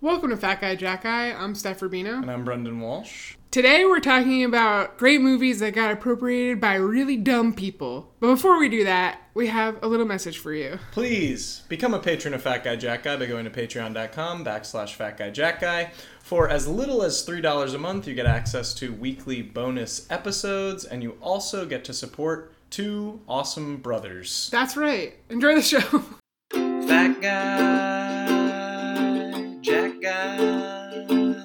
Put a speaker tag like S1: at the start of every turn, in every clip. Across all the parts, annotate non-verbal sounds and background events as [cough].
S1: Welcome to Fat Guy Jack Guy. I'm Steph Rubino.
S2: And I'm Brendan Walsh.
S1: Today we're talking about great movies that got appropriated by really dumb people. But before we do that, we have a little message for you.
S2: Please become a patron of Fat Guy Jack Guy by going to patreon.com backslash Fat Guy Jack Guy. For as little as $3 a month, you get access to weekly bonus episodes, and you also get to support two awesome brothers.
S1: That's right. Enjoy the show. [laughs]
S2: Fat Guy Jack Guy. Two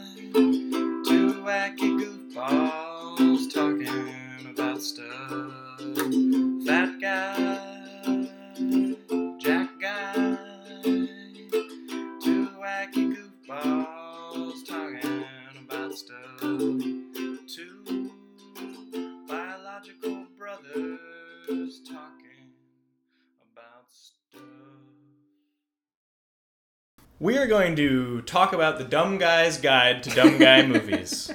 S2: wacky goofballs talking about stuff. Fat guy, Jack guy, two wacky goofballs talking about stuff. Two biological brothers talking about stuff. We are going to talk about the Dumb Guy's Guide to
S1: [laughs]
S2: Dumb Guy Movies.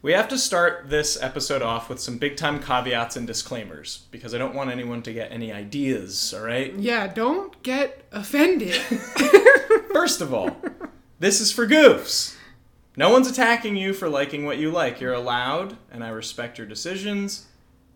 S2: We have to start this episode off with some big time caveats and disclaimers because I don't want anyone to get any ideas, all right?
S1: Yeah, don't get
S2: [laughs]
S1: offended.
S2: First of all, this is for goofs. No one's attacking you for liking what you like. You're allowed, and I respect your decisions,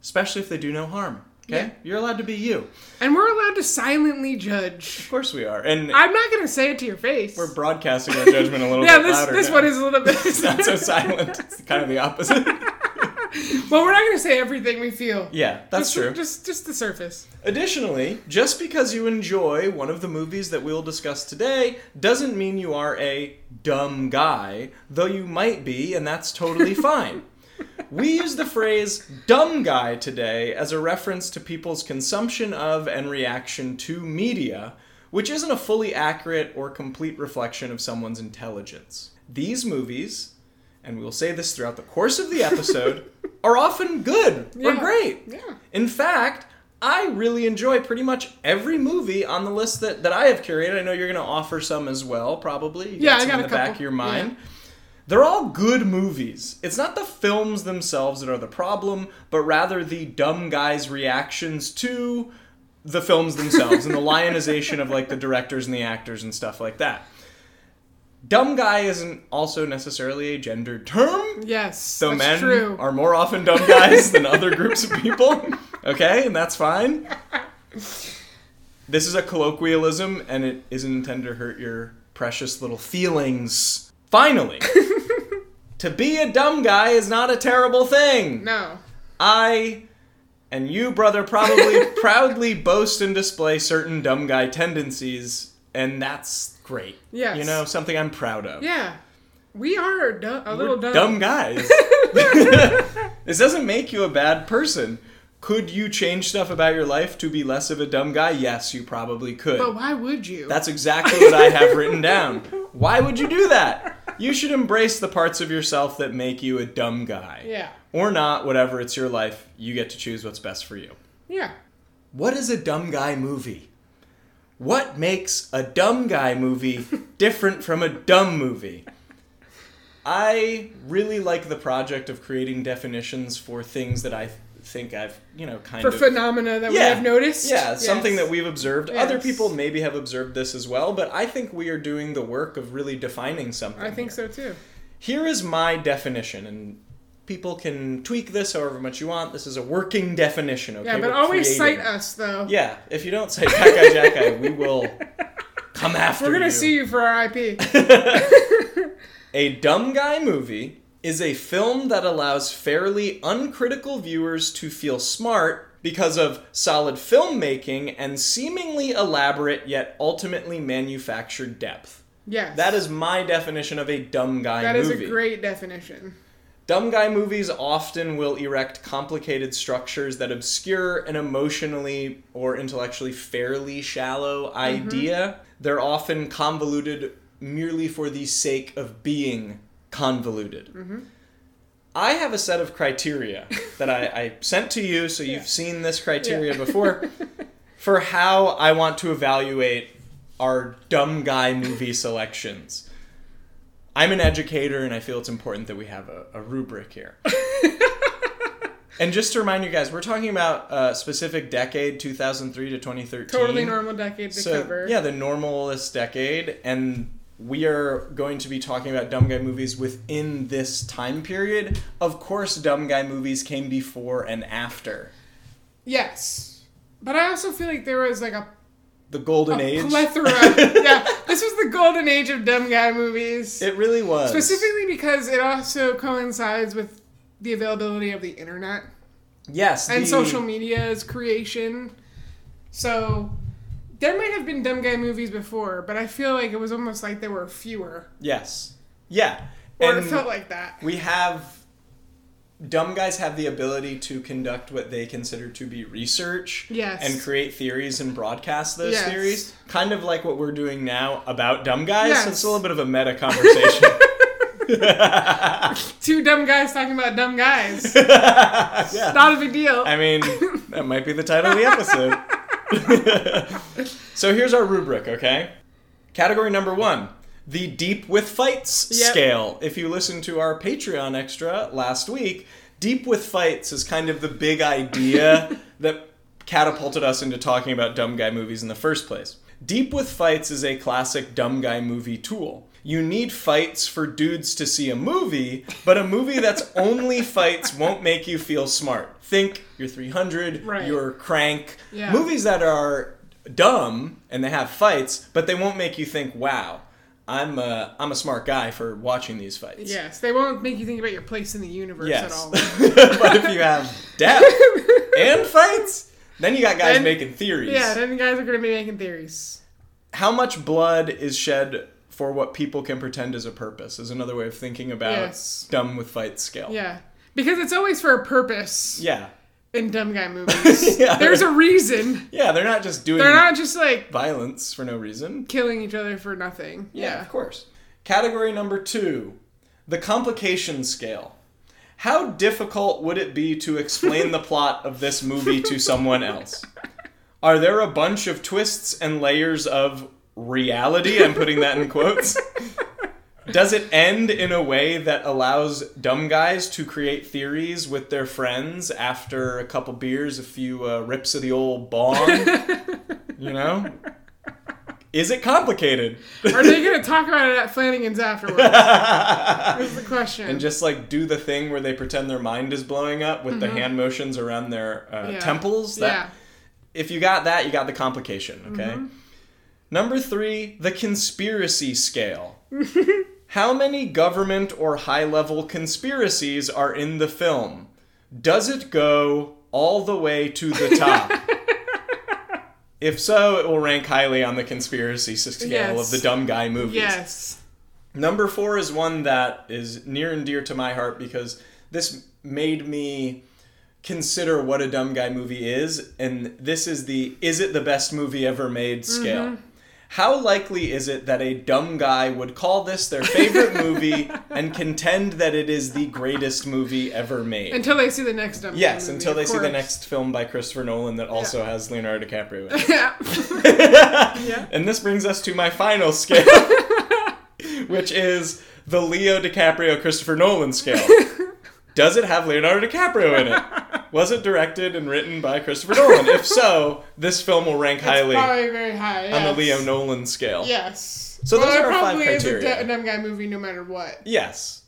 S2: especially if they do no harm. Okay?
S1: Yeah.
S2: You're allowed to be you.
S1: and we're allowed to silently judge.
S2: Of course we are. And
S1: I'm not going to say it to your face.
S2: we're broadcasting our judgment a
S1: [laughs]
S2: little
S1: yeah,
S2: bit
S1: this,
S2: louder.
S1: this
S2: now.
S1: one is a little bit.
S2: [laughs] It's not
S1: [laughs]
S2: so silent. It's kind of the opposite.
S1: well, we're not going to say everything we feel.
S2: Yeah, that's
S1: just,
S2: true.
S1: Just, just the surface.
S2: Additionally, just because you enjoy one of the movies that we'll discuss today doesn't mean you are a dumb guy, though you might be, and that's [laughs] totally fine. We use the phrase dumb guy today as a reference to people's consumption of and reaction to media, which isn't a fully accurate or complete reflection of someone's intelligence. These movies, and we'll say this throughout the course of the episode, [laughs] are often good or
S1: Yeah.
S2: great.
S1: Yeah.
S2: In fact, I really enjoy pretty much every movie on the list that, that I have curated. I know you're going to offer some as well, probably. You
S1: Yeah, I
S2: some
S1: got
S2: in
S1: a
S2: the
S1: couple.
S2: back of your mind. They're all good movies. It's not the films themselves that are the problem, but rather the dumb guy's reactions to the films
S1: [laughs]
S2: themselves and the lionization of like the directors and the actors and stuff like that. Dumb guy isn't also necessarily a gendered term.
S1: Yes.
S2: So
S1: that's
S2: men
S1: true.
S2: are more often dumb guys
S1: [laughs]
S2: than other groups of people. Okay, and that's fine. This is a colloquialism and it isn't intended to hurt your precious little feelings.
S1: [laughs]
S2: Finally, to be a dumb guy is not a terrible thing.
S1: No.
S2: I and you,
S1: [laughs]
S2: brother, probably proudly boast and display certain dumb guy tendencies, and that's great.
S1: Yes.
S2: You know, something I'm proud of.
S1: Yeah. We are du- a little dumb. [laughs]
S2: dumb guys. this doesn't make you a bad person. Could you change stuff about your life to be less of a dumb guy? Yes, you probably could.
S1: But why would you?
S2: That's exactly what I have
S1: [laughs]
S2: written down. Why would you do that? You should embrace the parts of yourself that make you a dumb guy.
S1: yeah.
S2: Or not, whatever, it's your life. You get to choose what's best for you.
S1: Yeah.
S2: What is a dumb guy movie? What makes a dumb guy
S1: [laughs]
S2: movie different from a dumb movie? I really like the project of creating definitions for things that I th- think I've, you know, kind
S1: For
S2: of
S1: phenomena that we have noticed.
S2: yeah,
S1: Yes.
S2: something that we've observed. Other
S1: Yes.
S2: people maybe have observed this as well, but I think we are doing the work of really defining something.
S1: I think
S2: here.
S1: so too.
S2: Here is my definition, and people can tweak this however much you want. This is a working definition, okay?
S1: Yeah, but
S2: We're
S1: always
S2: creating.
S1: cite us though.
S2: Yeah, if you don't say Jack Eye Jack Eye, we will come after
S1: We're gonna
S2: you.
S1: sue you for our
S2: [laughs]
S1: IP.
S2: A dumb guy movie is a film that allows fairly uncritical viewers to feel smart because of solid filmmaking and seemingly elaborate yet ultimately manufactured depth.
S1: yes.
S2: That is my definition of a dumb guy
S1: That is
S2: movie.
S1: a great definition.
S2: Dumb guy movies often will erect complicated structures that obscure an emotionally or intellectually fairly shallow idea. They're often convoluted merely for the sake of being convoluted. I have a set of criteria that I, I sent to you, so you've
S1: Yeah.
S2: seen this criteria
S1: [laughs]
S2: before, for how I want to evaluate our dumb guy movie selections. I'm an educator, and I feel it's important that we have a, a
S1: [laughs]
S2: rubric here. and just to remind you guys, we're talking about a specific decade, 2003 to 2013.
S1: Totally normal decade to
S2: So,
S1: cover.
S2: Yeah, the normalist decade, and we are going to be talking about dumb guy movies within this time period. Of course, dumb guy movies came before and after
S1: Yes. But I also feel like there was like a
S2: the golden age. [laughs]
S1: plethora. Oh, yeah, this was the golden age of dumb guy movies.
S2: It really was.
S1: Specifically because it also coincides with the availability of the internet
S2: yes,
S1: and
S2: the-
S1: social media's creation. So there might have been dumb guy movies before, but I feel like it was almost like there were fewer.
S2: Yes, yeah,
S1: Or
S2: And-
S1: it felt like that.
S2: we have dumb guys have the ability to conduct what they consider to be research
S1: Yes.
S2: and create theories and broadcast those
S1: Yes.
S2: theories kind of like what we're doing now about dumb guys
S1: Yes.
S2: so it's a little bit of a meta conversation
S1: [laughs] Two dumb guys talking about dumb guys.
S2: [laughs] Yeah.
S1: Not a big deal.
S2: i mean that might be the title of the episode [laughs] so here's our rubric okay category number one the deep with fights
S1: Yep.
S2: scale if you listen to our patreon extra last week deep with fights is kind of the
S1: [laughs]
S2: big idea that catapulted us into talking about dumb guy movies in the first place deep with fights is a classic dumb guy movie tool you need fights for dudes to see a movie but a movie that's only fights won't make you feel smart think you're 300
S1: Right.
S2: you're crank
S1: Yeah.
S2: movies that are dumb and they have fights, but they won't make you think, "Wow, I'm a I'm a smart guy for watching these fights."
S1: Yes, they won't make you think about your place in the universe at
S2: Yes.
S1: all.
S2: [laughs] but if you have depth and fights, then you got guys
S1: Then-
S2: making theories.
S1: Yeah, then the guys are going to be making theories.
S2: How much blood is shed for what people can pretend is a purpose is another way of thinking about
S1: Yes.
S2: dumb with fight scale.
S1: Yeah. Because it's always for a purpose
S2: Yeah.
S1: in dumb
S2: [laughs]
S1: guy movies.
S2: Yeah.
S1: There's a reason.
S2: Yeah, they're not just doing
S1: They're not just like
S2: violence for no reason.
S1: killing each other for nothing.
S2: Yeah,
S1: Yeah.
S2: of course. Category number two the complication scale. How difficult would it be to explain the plot of this movie to someone else? Are there a bunch of twists and layers of reality? I'm putting that in quotes. Does it end in a way that allows dumb guys to create theories with their friends after a couple beers, a few uh, rips of the old bong? you know? Is it complicated? [laughs]
S1: Are they going to talk about it at Flanagan's afterwards? That's the question.
S2: and just like do the thing where they pretend their mind is blowing up with the hand motions around their uh,
S1: Mm-hmm. Yeah.
S2: temples. That,
S1: yeah. Mm-hmm.
S2: If you got that, you got the complication. Okay. Number three, the
S1: [laughs]
S2: conspiracy scale. How many government or high level conspiracies are in the film? Does it go all the way to the
S1: [laughs]
S2: top? if so, it will rank highly on the conspiracy scale
S1: Yes.
S2: of the dumb guy movies.
S1: Yes.
S2: Number four is one that is near and dear to my heart because this made me consider what a dumb guy movie is, and this is the is it the best movie ever made
S1: Mm-hmm.
S2: scale. How likely is it that a dumb guy would call this
S1: [laughs]
S2: their favorite movie and contend that it is the greatest movie ever made?
S1: Until they see the next dumb guy
S2: yes,
S1: movie,
S2: until
S1: of
S2: they see the
S1: course.
S2: next film by Christopher Nolan that also has Leonardo DiCaprio in
S1: [laughs]
S2: it. [laughs]
S1: Yeah.
S2: And this brings us to my final
S1: [laughs]
S2: scale, which is the Leo DiCaprio Christopher
S1: [laughs]
S2: Nolan scale. Does it have Leonardo DiCaprio in it? Was it directed and written by Christopher Nolan? If so, this film will rank highly on
S1: Probably very high. Yes.
S2: the Leo Nolan scale.
S1: Yes.
S2: So
S1: well,
S2: those
S1: it
S2: are our five
S1: probably is a
S2: criteria.
S1: d- dumb guy movie no matter what.
S2: Yes.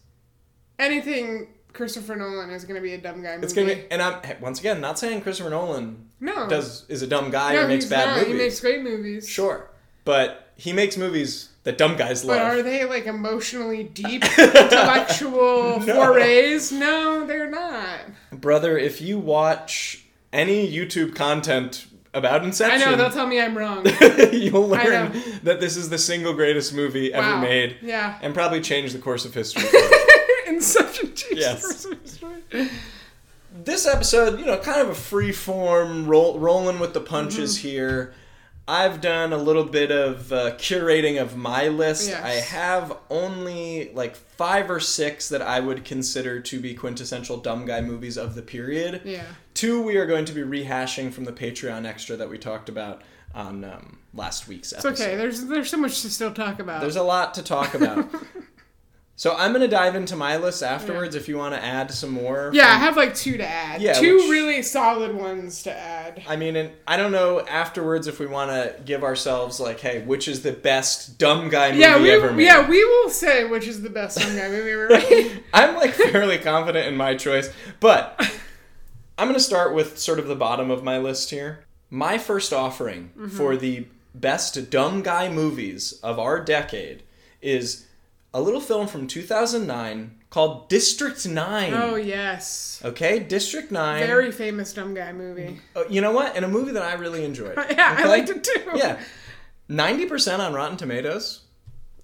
S1: Anything Christopher Nolan is going to be a dumb guy movie.
S2: It's gonna be, and I'm hey, once again not saying Christopher Nolan
S1: No.
S2: does is a dumb guy
S1: Oh. no,
S2: or makes
S1: he's
S2: bad
S1: not.
S2: movies.
S1: He makes great movies.
S2: sure, but he makes movies that dumb guys love.
S1: But are they like emotionally
S2: [laughs]
S1: deep, intellectual forays? No, they're not.
S2: Brother, if you watch any YouTube content about
S1: I
S2: Inception,
S1: know they'll tell me I'm
S2: [laughs]
S1: wrong.
S2: you'll
S1: I
S2: learn
S1: know.
S2: that this is the single greatest movie ever
S1: Wow.
S2: made
S1: Yeah.
S2: and probably changed the course of
S1: [laughs]
S2: history.
S1: Inception changes
S2: Yes.
S1: the course of history.
S2: this episode, you know, kind of a free form, roll, rolling with the punches
S1: Mm-hmm.
S2: here. I've done a little bit of uh, curating of my list.
S1: Yes.
S2: I have only like five or six that I would consider to be quintessential dumb guy movies of the period.
S1: Yeah.
S2: Two, we are going to be rehashing from the Patreon extra that we talked about on um, last week's
S1: It's
S2: episode.
S1: okay. There's there's so much to still talk about.
S2: There's a lot to talk about. So I'm gonna dive into my list afterwards. If you want to add some more,
S1: Yeah, I
S2: from-
S1: have like two to add.
S2: Yeah,
S1: two
S2: which-
S1: really solid ones to add.
S2: I mean, and I don't know afterwards if we want to give ourselves like, hey, which is the best dumb guy movie
S1: Yeah, we
S2: ever made?
S1: yeah we will say which is the best Sun Guy movie ever made.
S2: [laughs] I'm like fairly confident in my choice, but I'm going to start with sort of the bottom of my list here. My first offering
S1: Mm-hmm.
S2: for the best dumb guy movies of our decade is a little film from 2009 called District 9.
S1: oh yes,
S2: Okay, District 9.
S1: very famous dumb guy movie.
S2: Uh, you know what? And a movie that I really enjoyed.
S1: [laughs] Yeah, I
S2: Okay?
S1: liked it too.
S2: Yeah. 90% on Rotten Tomatoes.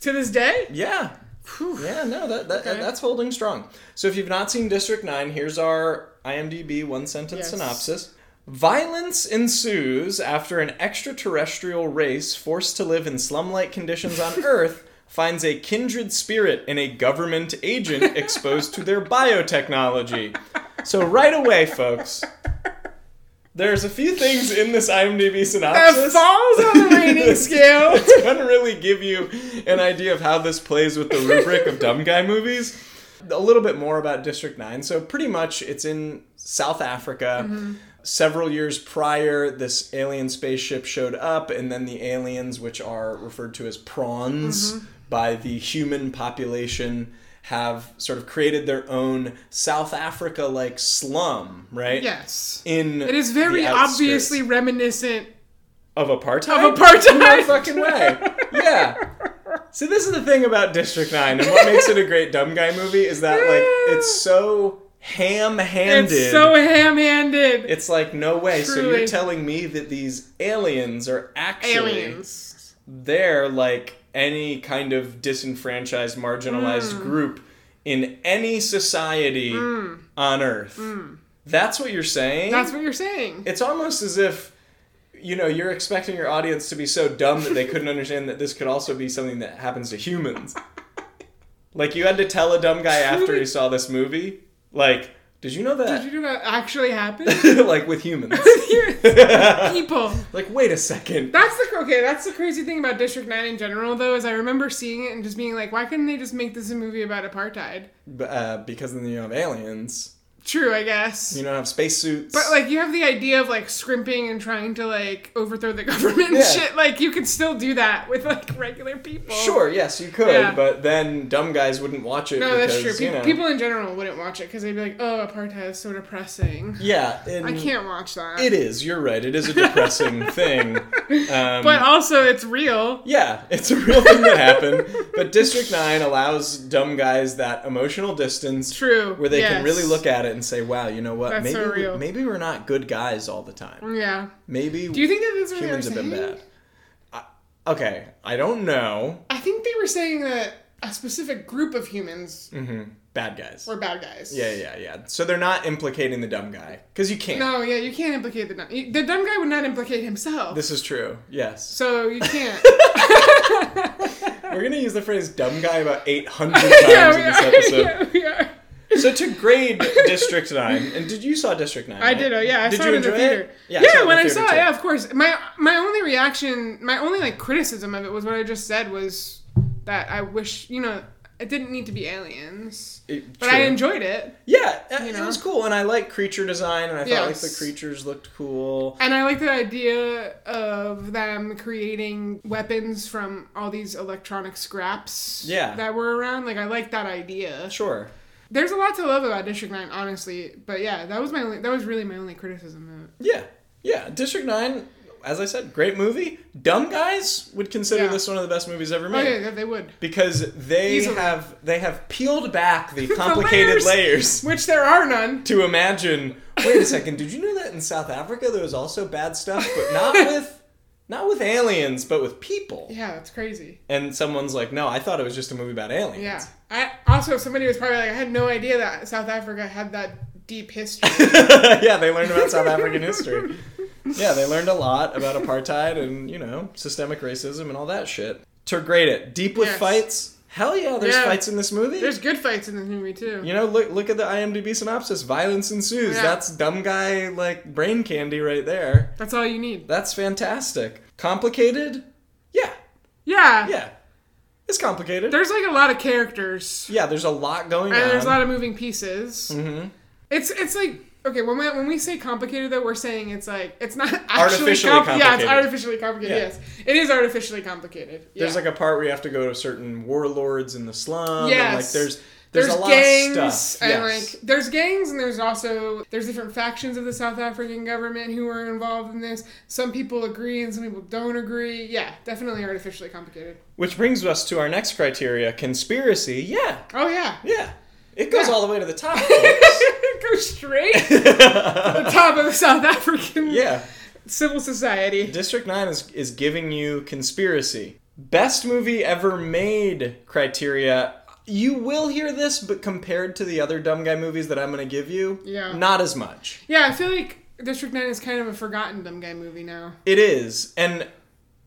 S1: To this day,
S2: Yeah.
S1: Phew.
S2: Yeah, no, that, that,
S1: Okay.
S2: that's holding strong. So if you've not seen District 9, here's our IMDb one sentence
S1: Yes.
S2: synopsis. Violence ensues after an extraterrestrial race forced to live in slum like
S1: [laughs]
S2: conditions on Earth finds a kindred spirit in a government agent exposed to their biotechnology. So, right away, folks, there's a few things in this IMDb
S1: that
S2: synopsis
S1: falls on the
S2: [laughs]
S1: rating scale.
S2: it's gonna really give you an idea of how this plays with the rubric of dumb guy movies. A little bit more about District 9. So, pretty much, it's in South Africa.
S1: Mm-hmm.
S2: Several years prior, this alien spaceship showed up, and then the aliens, which are referred to as prawns
S1: Mm-hmm.
S2: by the human population, have sort of created their own South Africa like slum, right?
S1: Yes,
S2: In
S1: it is very
S2: the outskirts
S1: obviously reminiscent
S2: of apartheid.
S1: of apartheid.
S2: No fucking way. Yeah. See, this is the thing about District 9, and what makes it a great dumb guy movie is that, like, it's so ham handed.
S1: It's so ham-handed.
S2: It's like, no way. So you're
S1: Truly.
S2: telling me that these aliens are actually.
S1: Aliens.
S2: They're like any kind of disenfranchised, marginalized
S1: Hmm.
S2: group in any society on Earth. That's what you're saying?
S1: Hmm. That's what you're saying.
S2: it's almost as if you know you're expecting your audience to be so dumb that they couldn't understand that this could also be something that happens
S1: [laughs]
S2: to humans like you had to tell a dumb guy after he saw this movie like did you know
S1: Did
S2: that
S1: you know that actually happened?
S2: [laughs] like
S1: [laughs]
S2: with humans [laughs]
S1: People.
S2: like wait a second
S1: That's the okay. That's the crazy thing about District Nine in general, though, is I remember seeing it and just being like, why couldn't they just make this a movie about apartheid?
S2: B- uh, because then you don't have aliens
S1: True, I guess.
S2: you don't have spacesuits
S1: but like, you have the idea of like scrimping and trying to like overthrow the [laughs] government and
S2: Yeah.
S1: shit. Like, you could still do that with like regular people.
S2: sure yes you could
S1: Yeah.
S2: but then dumb guys wouldn't watch it
S1: No, that's
S2: because,
S1: true. Pe-
S2: you know,
S1: People in general wouldn't watch it because they'd be like, "Oh, apartheid is so depressing.
S2: yeah and
S1: I can't watch that."
S2: Mm. it is you're right it is a depressing
S1: [laughs]
S2: thing um,
S1: but also, it's real.
S2: Yeah, it's a real thing that happened. But District 9 allows dumb guys that emotional distance
S1: True.
S2: where they
S1: yes.
S2: can really look at it and say, wow, you know what?
S1: That's
S2: maybe,
S1: so
S2: we,
S1: real.
S2: maybe we're not good guys all the time.
S1: Yeah.
S2: Maybe
S1: Do you think that that's what they
S2: humans
S1: were
S2: have been
S1: saying?
S2: bad. I, okay, I don't know.
S1: I think they were saying that a specific group of humans
S2: Bad guys.
S1: were bad guys.
S2: Mm. yeah, yeah, yeah. So they're not implicating the dumb guy. Because you can't.
S1: No, yeah, you can't implicate the dumb. you- The dumb guy would not implicate himself.
S2: This is true.
S1: [laughs]
S2: Yes.
S1: so
S2: [laughs]
S1: you can't.
S2: We're going to use the phrase dumb guy about 800 times
S1: [laughs] yeah,
S2: in
S1: we
S2: this
S1: are.
S2: episode.
S1: Yeah, we are.
S2: So to grade District Nine, and did you saw District Nine?
S1: I did. Oh yeah, I
S2: did
S1: saw
S2: you
S1: it in the
S2: enjoy it?
S1: theater. Yeah,
S2: it in
S1: when
S2: the
S1: I
S2: theater
S1: saw it,
S2: too.
S1: yeah, of course. My my only reaction, my only like criticism of it was what I just said was that I wish you know it didn't need to be aliens,
S2: It-
S1: but
S2: true.
S1: I enjoyed it,
S2: Yeah, uh,
S1: you
S2: it
S1: know?
S2: was cool, and I like creature design, and I thought like the
S1: Yes.
S2: creatures looked cool.
S1: and I like the idea of them creating weapons from all these electronic scraps.
S2: Yeah.
S1: that were around. Like I like that idea.
S2: Sure.
S1: There's a lot to love about District Nine, honestly. But yeah, that was my only, that was really my only criticism of it.
S2: Yeah, yeah. District Nine, as I said, great movie. Dumb guys would consider
S1: Yeah.
S2: this one of the best movies ever
S1: Oh
S2: made.
S1: yeah, they would.
S2: Because they
S1: Easily.
S2: have they have peeled
S1: [laughs]
S2: back the complicated
S1: layers.
S2: layers
S1: Which there are none.
S2: to imagine. Wait a second, did you know that in South Africa there was also bad stuff,
S1: [laughs]
S2: but not with not with aliens, but with people.
S1: Yeah, that's crazy.
S2: and someone's like, "No, I thought it was just a movie about aliens."
S1: Yeah. I also somebody was probably like, I had no idea that South Africa had that deep history.
S2: [laughs] yeah, they learned about South African history. Yeah, they learned a lot about apartheid and you know systemic racism and all that shit. To grade it, deep with
S1: Yes.
S2: fights. Hell yeah, there's
S1: Yeah.
S2: fights in this movie.
S1: There's good fights in this movie too.
S2: you know, look look at the IMDb synopsis. Violence ensues.
S1: Yeah.
S2: That's dumb guy like brain candy right there.
S1: That's all you need.
S2: That's fantastic. Complicated? Yeah,
S1: Yeah.
S2: yeah. It's complicated.
S1: There's like a lot of characters,
S2: yeah, there's a lot going on.
S1: and there's a lot of moving pieces.
S2: Mhm.
S1: It's it's like okay when we when we say complicated though we're saying it's like it's not [laughs] actually
S2: Artificially
S1: Yeah, it's
S2: complicated.
S1: artificially complicated.
S2: Yeah.
S1: Yes, it is artificially complicated. Yeah.
S2: There's like a part where you have to go to certain warlords in the slum. And like
S1: Yes.
S2: there's there's,
S1: there's,
S2: a lot
S1: gangs
S2: of stuff.
S1: and
S2: Yes.
S1: like there's gangs and there's also there's different factions of the South African government who are involved in this. Some people agree and some people don't agree. Yeah, definitely artificially complicated.
S2: Which brings us to our next criteria: conspiracy. Yeah,
S1: Oh yeah. [laughs]
S2: yeah, it goes
S1: Yeah.
S2: all the way to the
S1: [laughs]
S2: top. folks.
S1: Go straight to
S2: [laughs]
S1: the top of the South African
S2: yeah,
S1: civil society.
S2: District Nine is is giving you conspiracy. Best movie ever made criteria. You will hear this, but compared to the other dumb guy movies that I'm going to give you,
S1: Yeah.
S2: not as much.
S1: Yeah, I feel like District 9 is kind of a forgotten dumb guy movie now.
S2: It is. And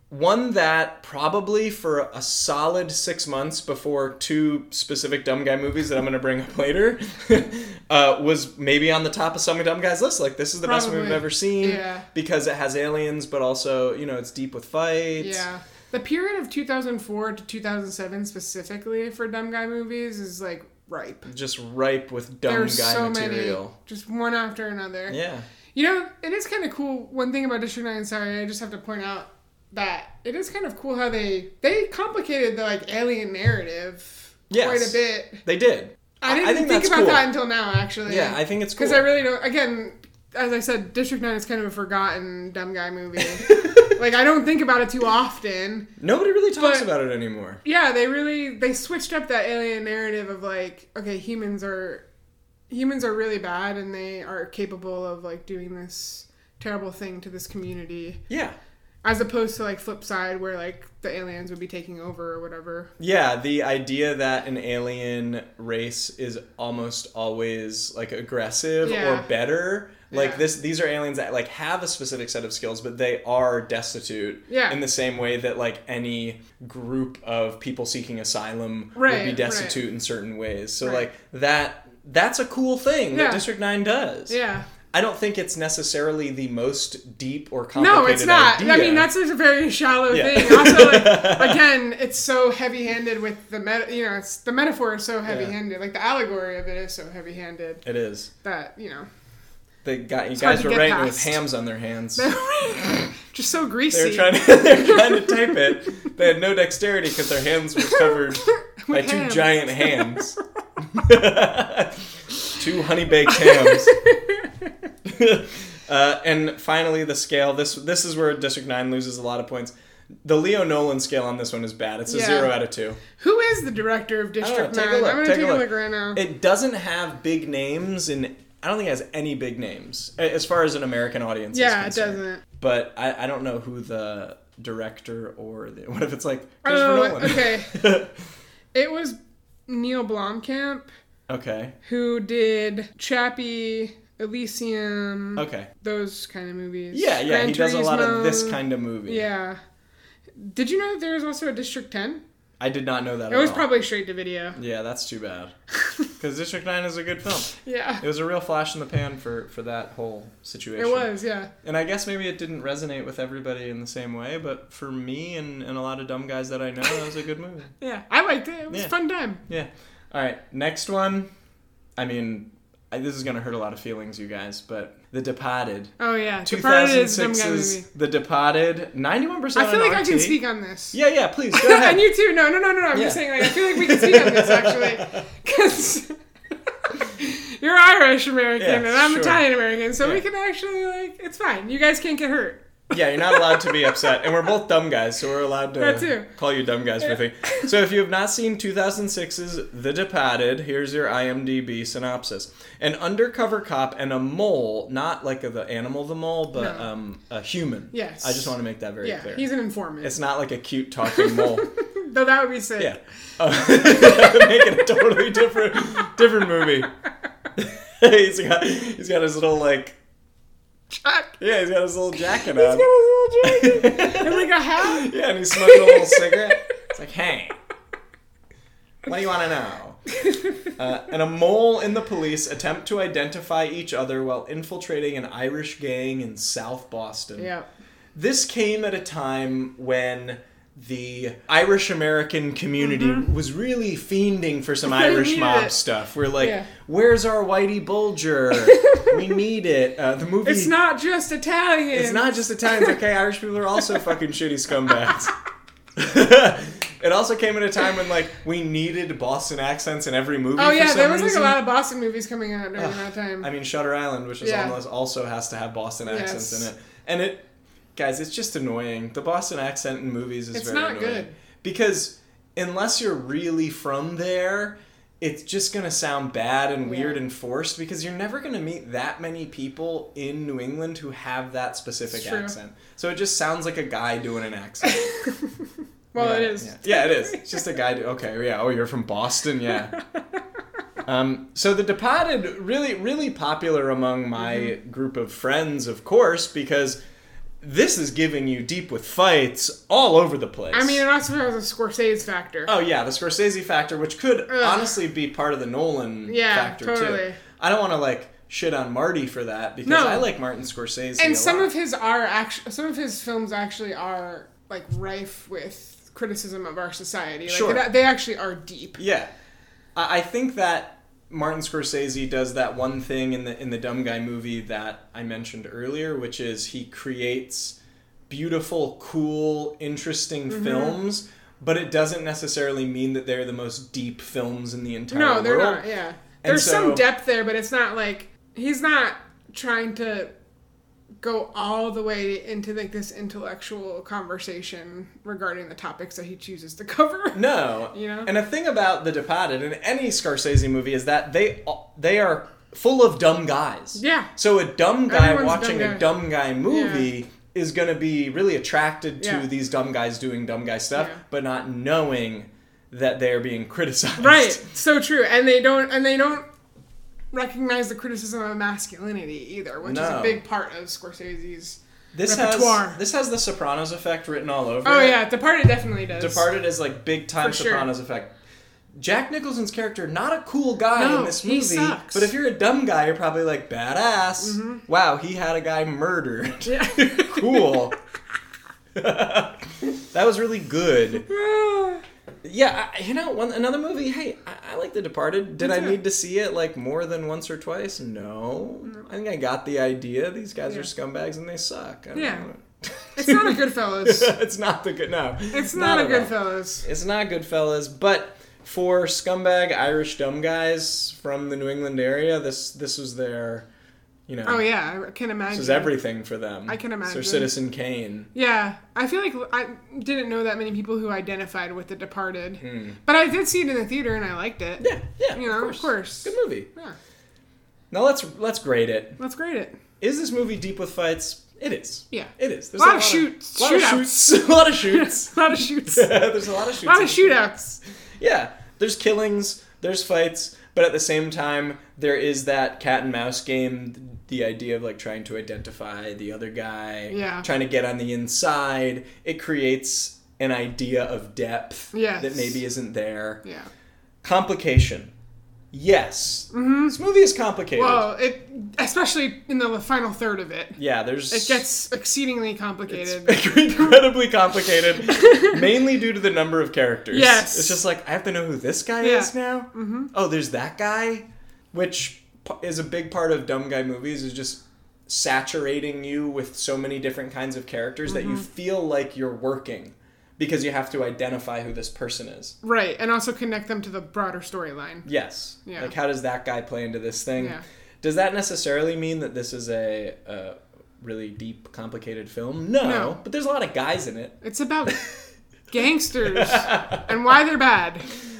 S2: one that probably for a solid six months before two specific dumb guy movies that I'm going to bring up later [laughs] uh, was maybe on the top of some dumb guy's list. Like, this is the best movie I've
S1: Probably.
S2: ever seen
S1: Yeah.
S2: because it has aliens, but also, you know, it's deep with fights.
S1: Yeah. The period of 2004 to 2007 specifically for dumb guy movies is like ripe.
S2: Just ripe with dumb
S1: There's
S2: guy
S1: so many,
S2: material.
S1: just one after another.
S2: Yeah.
S1: You know, it is kind of cool. One thing about District 9, sorry, I just have to point out that it is kind of cool how they they complicated the like alien narrative
S2: Yes.
S1: quite a bit.
S2: They did.
S1: I didn't
S2: I think
S1: think,
S2: that's
S1: about
S2: cool.
S1: that until now, actually.
S2: Yeah, I think it's cool.
S1: because I really don't. Again, as I said, District Nine is kind of a forgotten dumb guy movie. like I don't think about it too often.
S2: Nobody really talks
S1: But-
S2: about it anymore.
S1: Yeah, they really they switched up that alien narrative of like, okay, humans are humans are really bad and they are capable of like doing this terrible thing to this community,
S2: Yeah.
S1: as opposed to like flip side where like the aliens would be taking over or whatever.
S2: Yeah, the idea that an alien race is almost always like aggressive
S1: Yeah.
S2: or better. Like
S1: Yeah.
S2: this these are aliens that like have a specific set of skills, but they are destitute
S1: Yeah.
S2: in the same way that like any group of people seeking asylum would
S1: Right,
S2: be
S1: right.
S2: destitute in certain ways. So
S1: Right.
S2: like that that's a cool thing that
S1: Yeah.
S2: District 9 does.
S1: Yeah.
S2: I don't think it's necessarily the most deep or complicated
S1: No, it's not. I
S2: idea.
S1: mean, that's just a very shallow
S2: Yeah.
S1: thing. Also,
S2: [laughs]
S1: like, again, it's so heavy-handed with the meta. You know, it's the metaphor is so heavy-handed. Like the allegory of it is so heavy-handed
S2: it is.
S1: that you know,
S2: They got you
S1: hard
S2: guys
S1: to
S2: were
S1: get
S2: writing with
S1: past.
S2: hams on
S1: [laughs]
S2: their hands.
S1: just so
S2: They were
S1: greasy.
S2: trying to, [laughs] they were trying to type it. They had no dexterity because their
S1: [laughs]
S2: hands were covered by
S1: With
S2: two
S1: hams. [laughs]
S2: giant hands. two honey baked
S1: [laughs]
S2: hams. uh, and finally, the scale. This this is where District Nine loses a lot of points. The Leo Nolan scale on this one is bad. It's a
S1: Yeah.
S2: zero out of two.
S1: Who is the director of District
S2: take a
S1: Nine?
S2: look,
S1: I'm gonna
S2: take
S1: take,
S2: a
S1: a
S2: look.
S1: look right now.
S2: It doesn't have big names, and I don't think it has any big names a- as far as an American audience. is
S1: yeah, it
S2: concerned.
S1: doesn't.
S2: But I, I don't know who the director or the, [laughs] what if it's like Christopher
S1: Oh,
S2: Nolan.
S1: okay. It was Neil Blomkamp
S2: [laughs] okay.
S1: who did Chappie, Elysium,
S2: Okay.
S1: those kind of movies.
S2: Yeah, yeah.
S1: Gran
S2: he does a lot of this
S1: Turismo.
S2: kind of movie.
S1: Yeah. Did you know that there was also a District 10?
S2: I did not know that.
S1: It
S2: at
S1: was
S2: all.
S1: probably straight to video.
S2: Yeah, that's
S1: [laughs]
S2: too bad. Because District Nine is a good film.
S1: Yeah.
S2: It was a real flash in the pan for for that whole situation.
S1: It was, yeah.
S2: And I guess maybe it didn't resonate with everybody in the same way, but for me and, and a lot of dumb guys that I know, that was a good movie.
S1: Yeah. I liked it. It was
S2: Yeah.
S1: a fun time.
S2: Yeah. All right. Next one. I mean, I, this is going to hurt a lot of feelings, you guys, but The Departed.
S1: Oh, yeah. Departed is a dumb guy
S2: 2006's
S1: movie.
S2: The Departed. 91%
S1: I feel like
S2: on
S1: I can
S2: RT.
S1: speak on this. [laughs]
S2: Yeah, yeah, please. Go ahead.
S1: and you too. No, no, no, no. no. I'm just
S2: Yeah.
S1: saying, like, I feel like we can speak on this, actually. Because [laughs] you're Irish American
S2: Yeah,
S1: and I'm
S2: sure.
S1: Italian American, so
S2: Yeah.
S1: we can actually, like, it's fine. You guys can't get hurt.
S2: Yeah, you're not allowed to be upset. And we're both dumb guys, so we're allowed
S1: That
S2: to
S1: too.
S2: call you dumb guys for things. So if you have not seen 2006's The Departed, here's your IMDb synopsis. An undercover cop and a mole, not like the animal the mole, but
S1: No.
S2: um, a human.
S1: Yes.
S2: I just want to make that very
S1: Yeah,
S2: clear.
S1: he's an informant.
S2: It's not like a cute talking mole.
S1: [laughs]
S2: [laughs]
S1: Though that would be sick.
S2: yeah. Uh, [laughs] make it a totally different different movie. [laughs] he's got he's got his little like
S1: Chuck.
S2: yeah, he's got his little jacket
S1: He's got
S2: on.
S1: his little jacket.
S2: [laughs]
S1: And like a hat.
S2: Yeah, and he's smoking a little cigarette. It's like, hey, what do you want to know? Uh, and a mole and the police attempt to identify each other while infiltrating an Irish gang in South Boston.
S1: Yeah.
S2: This came at a time when the Irish American community was really fiending
S1: [laughs]
S2: for some Irish
S1: needed
S2: mob
S1: Mm-hmm. it.
S2: stuff. We're like,
S1: Yeah.
S2: where's our Whitey
S1: [laughs]
S2: Bulger? we need it. Uh, the movie.
S1: It's not just Italian.
S2: It's not just Italians,
S1: [laughs]
S2: okay? Irish people are also fucking shitty scumbags. [laughs] it also came at a time when like we needed Boston accents in every movie.
S1: Oh
S2: for
S1: yeah,
S2: some
S1: there was like
S2: reason.
S1: a lot of Boston movies coming out during that time.
S2: I mean, Shutter Island, which is
S1: Yeah.
S2: almost also has to have Boston accents
S1: Yes.
S2: in it, and it, guys, it's just annoying. The Boston accent in movies is
S1: It's
S2: very
S1: not
S2: annoying.
S1: good.
S2: because unless you're really from there. It's just gonna sound bad and weird
S1: Yeah.
S2: and forced because you're never gonna meet that many people in New England who have that specific
S1: It's true.
S2: accent. So it just sounds like a guy doing an accent.
S1: well,
S2: yeah,
S1: it is.
S2: Yeah. Yeah, it is. It's just a guy. do- Okay, yeah. Oh, you're from Boston,
S1: [laughs]
S2: yeah. Um, so The Departed really, really popular among my
S1: Mm-hmm.
S2: group of friends, of course, because this is giving you deep with fights all over the place.
S1: I mean, it also has a Scorsese factor.
S2: oh yeah, the Scorsese factor, which could
S1: Ugh.
S2: honestly be part of the Nolan
S1: Yeah,
S2: factor too.
S1: totally.
S2: I don't want to like shit on Marty for that because
S1: No.
S2: I like Martin Scorsese. a
S1: and some
S2: lot.
S1: of his are actually some of his films actually are like rife with criticism of our society. Like
S2: Sure.
S1: they, they actually are deep.
S2: Yeah, I, I think that Martin Scorsese does that one thing in the in the Dumb Guy movie that I mentioned earlier, which is he creates beautiful, cool, interesting
S1: Mm-hmm.
S2: films, but it doesn't necessarily mean that they're the most deep films in the entire world.
S1: No, they're not. Yeah, there's
S2: so-
S1: some depth there, but it's not like he's not trying to go all the way into like this intellectual conversation regarding the topics that he chooses to cover.
S2: No.
S1: You know?
S2: And a thing about The Departed and any Scorsese movie is that they they are full of dumb
S1: [laughs]
S2: guys.
S1: Yeah.
S2: So a dumb guy
S1: Everyone's a
S2: watching
S1: dumb guy.
S2: a dumb guy movie is going to be really attracted to
S1: Yeah.
S2: these dumb guys doing dumb guy stuff,
S1: Yeah.
S2: but not knowing that they are being criticized.
S1: Right. So true. And they don't and they don't recognize the criticism of masculinity either, which is
S2: No.
S1: a big part of Scorsese's
S2: This
S1: Repertoire.
S2: has this has the Sopranos effect written all over.
S1: Oh
S2: it.
S1: yeah, Departed definitely does.
S2: Departed is like big time
S1: For sure.
S2: Sopranos effect. Jack Nicholson's character, not a cool guy
S1: No,
S2: in this
S1: he
S2: movie,
S1: sucks. Mm-hmm.
S2: but if you're a dumb guy, you're probably like badass. Wow, he had a guy murdered.
S1: Yeah.
S2: [laughs]
S1: [laughs]
S2: cool. [laughs] that was really good.
S1: Ah,
S2: Yeah, I, you know, one another movie. Hey, I, I like The Departed. Did I
S1: too.
S2: need to see it like more than once or twice? No. I think I got the idea. These guys are
S1: Yeah.
S2: scumbags and they suck. I don't
S1: Yeah.
S2: know.
S1: it's not
S2: [laughs]
S1: a Goodfellas.
S2: it's not the good. No,
S1: It's not, a
S2: at all.
S1: Goodfellas.
S2: It's not Goodfellas, but for scumbag Irish dumb guys from the New England area, this this was their, you know,
S1: Oh yeah, I can imagine.
S2: this was everything for them.
S1: I can
S2: So
S1: imagine.
S2: Citizen Kane.
S1: Yeah, I feel like I didn't know that many people who identified with The Departed, but I did see it in the theater and I liked it.
S2: Hmm. Yeah, yeah,
S1: You know, of course.
S2: Good movie.
S1: Yeah,
S2: Now let's let's grade it.
S1: let's grade it.
S2: Is this movie deep with fights? It is.
S1: Yeah,
S2: It is. There's
S1: Lot of shoots-
S2: lot of
S1: shootouts.
S2: shoots. [laughs] A lot
S1: [laughs]
S2: of shoots.
S1: a lot of shoots, a
S2: There's a lot of [laughs] shoots.
S1: lot of
S2: in this movie.
S1: shootouts.
S2: Yeah, there's killings, there's fights, but at the same time, there is that cat and mouse game. The idea of like trying to identify the other guy,
S1: Yeah.
S2: trying to get on the inside. It creates an idea of depth
S1: Yes.
S2: that maybe isn't there.
S1: Yeah.
S2: Complication. Yes,
S1: Mm-hmm.
S2: this movie is complicated.
S1: Well, it especially in the final third of it,
S2: Yeah, there's
S1: it gets exceedingly complicated.
S2: It's [laughs]
S1: [laughs]
S2: incredibly complicated, mainly due to the number of characters.
S1: Yes.
S2: It's just like, I have to know who this guy
S1: Yeah.
S2: is now? Mm-hmm. Oh, there's that guy? Which p- is a big part of Dumb Guy movies, is just saturating you with so many different kinds of characters that you
S1: Mm-hmm.
S2: feel like you're working because you have to identify who this person is.
S1: Right, and also connect them to the broader storyline.
S2: Yes.
S1: Yeah.
S2: Like, how does that guy play into this thing?
S1: Yeah.
S2: Does that necessarily mean that this is a. a really deep complicated film no,
S1: No.
S2: but there's a lot of guys in it
S1: It's about gangsters
S2: [laughs]
S1: and why they're bad.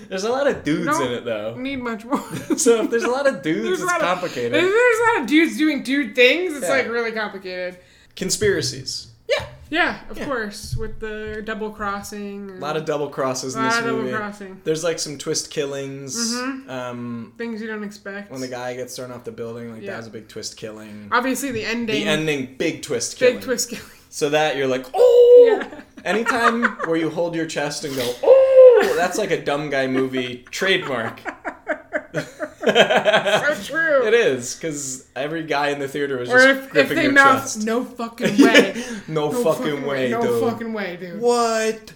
S2: There's a lot of dudes
S1: Don't-
S2: in it though.
S1: Need much more.
S2: So if there's a lot of
S1: [laughs]
S2: dudes,
S1: There's a
S2: it's
S1: lot of-
S2: complicated.
S1: There's, there's a lot of dudes doing dude things. It's
S2: Yeah.
S1: like really complicated.
S2: Conspiracies. Yeah.
S1: Yeah, of course, with the double crossing.
S2: A lot of double crosses in
S1: Lot
S2: this
S1: of double Mm-hmm.
S2: movie.
S1: crossing.
S2: There's like some twist killings. Um,
S1: things you don't expect.
S2: when the guy gets thrown off the building, like that
S1: Yeah.
S2: was a big twist killing.
S1: Obviously, the ending.
S2: The ending, big twist
S1: big
S2: killing.
S1: twist killing.
S2: So that you're like, oh.
S1: [laughs] Yeah.
S2: Anytime where you hold "Oh,"
S1: [laughs]
S2: your chest and go, oh, that's like a dumb guy movie trademark.
S1: So true.
S2: [laughs] It is because every guy in the theater was
S1: or
S2: just
S1: if, if
S2: gripping
S1: they
S2: their
S1: mouth,
S2: chest.
S1: no fucking way.
S2: [laughs] no,
S1: No
S2: fucking, way,
S1: No
S2: dude.
S1: fucking way, dude. [laughs]
S2: What?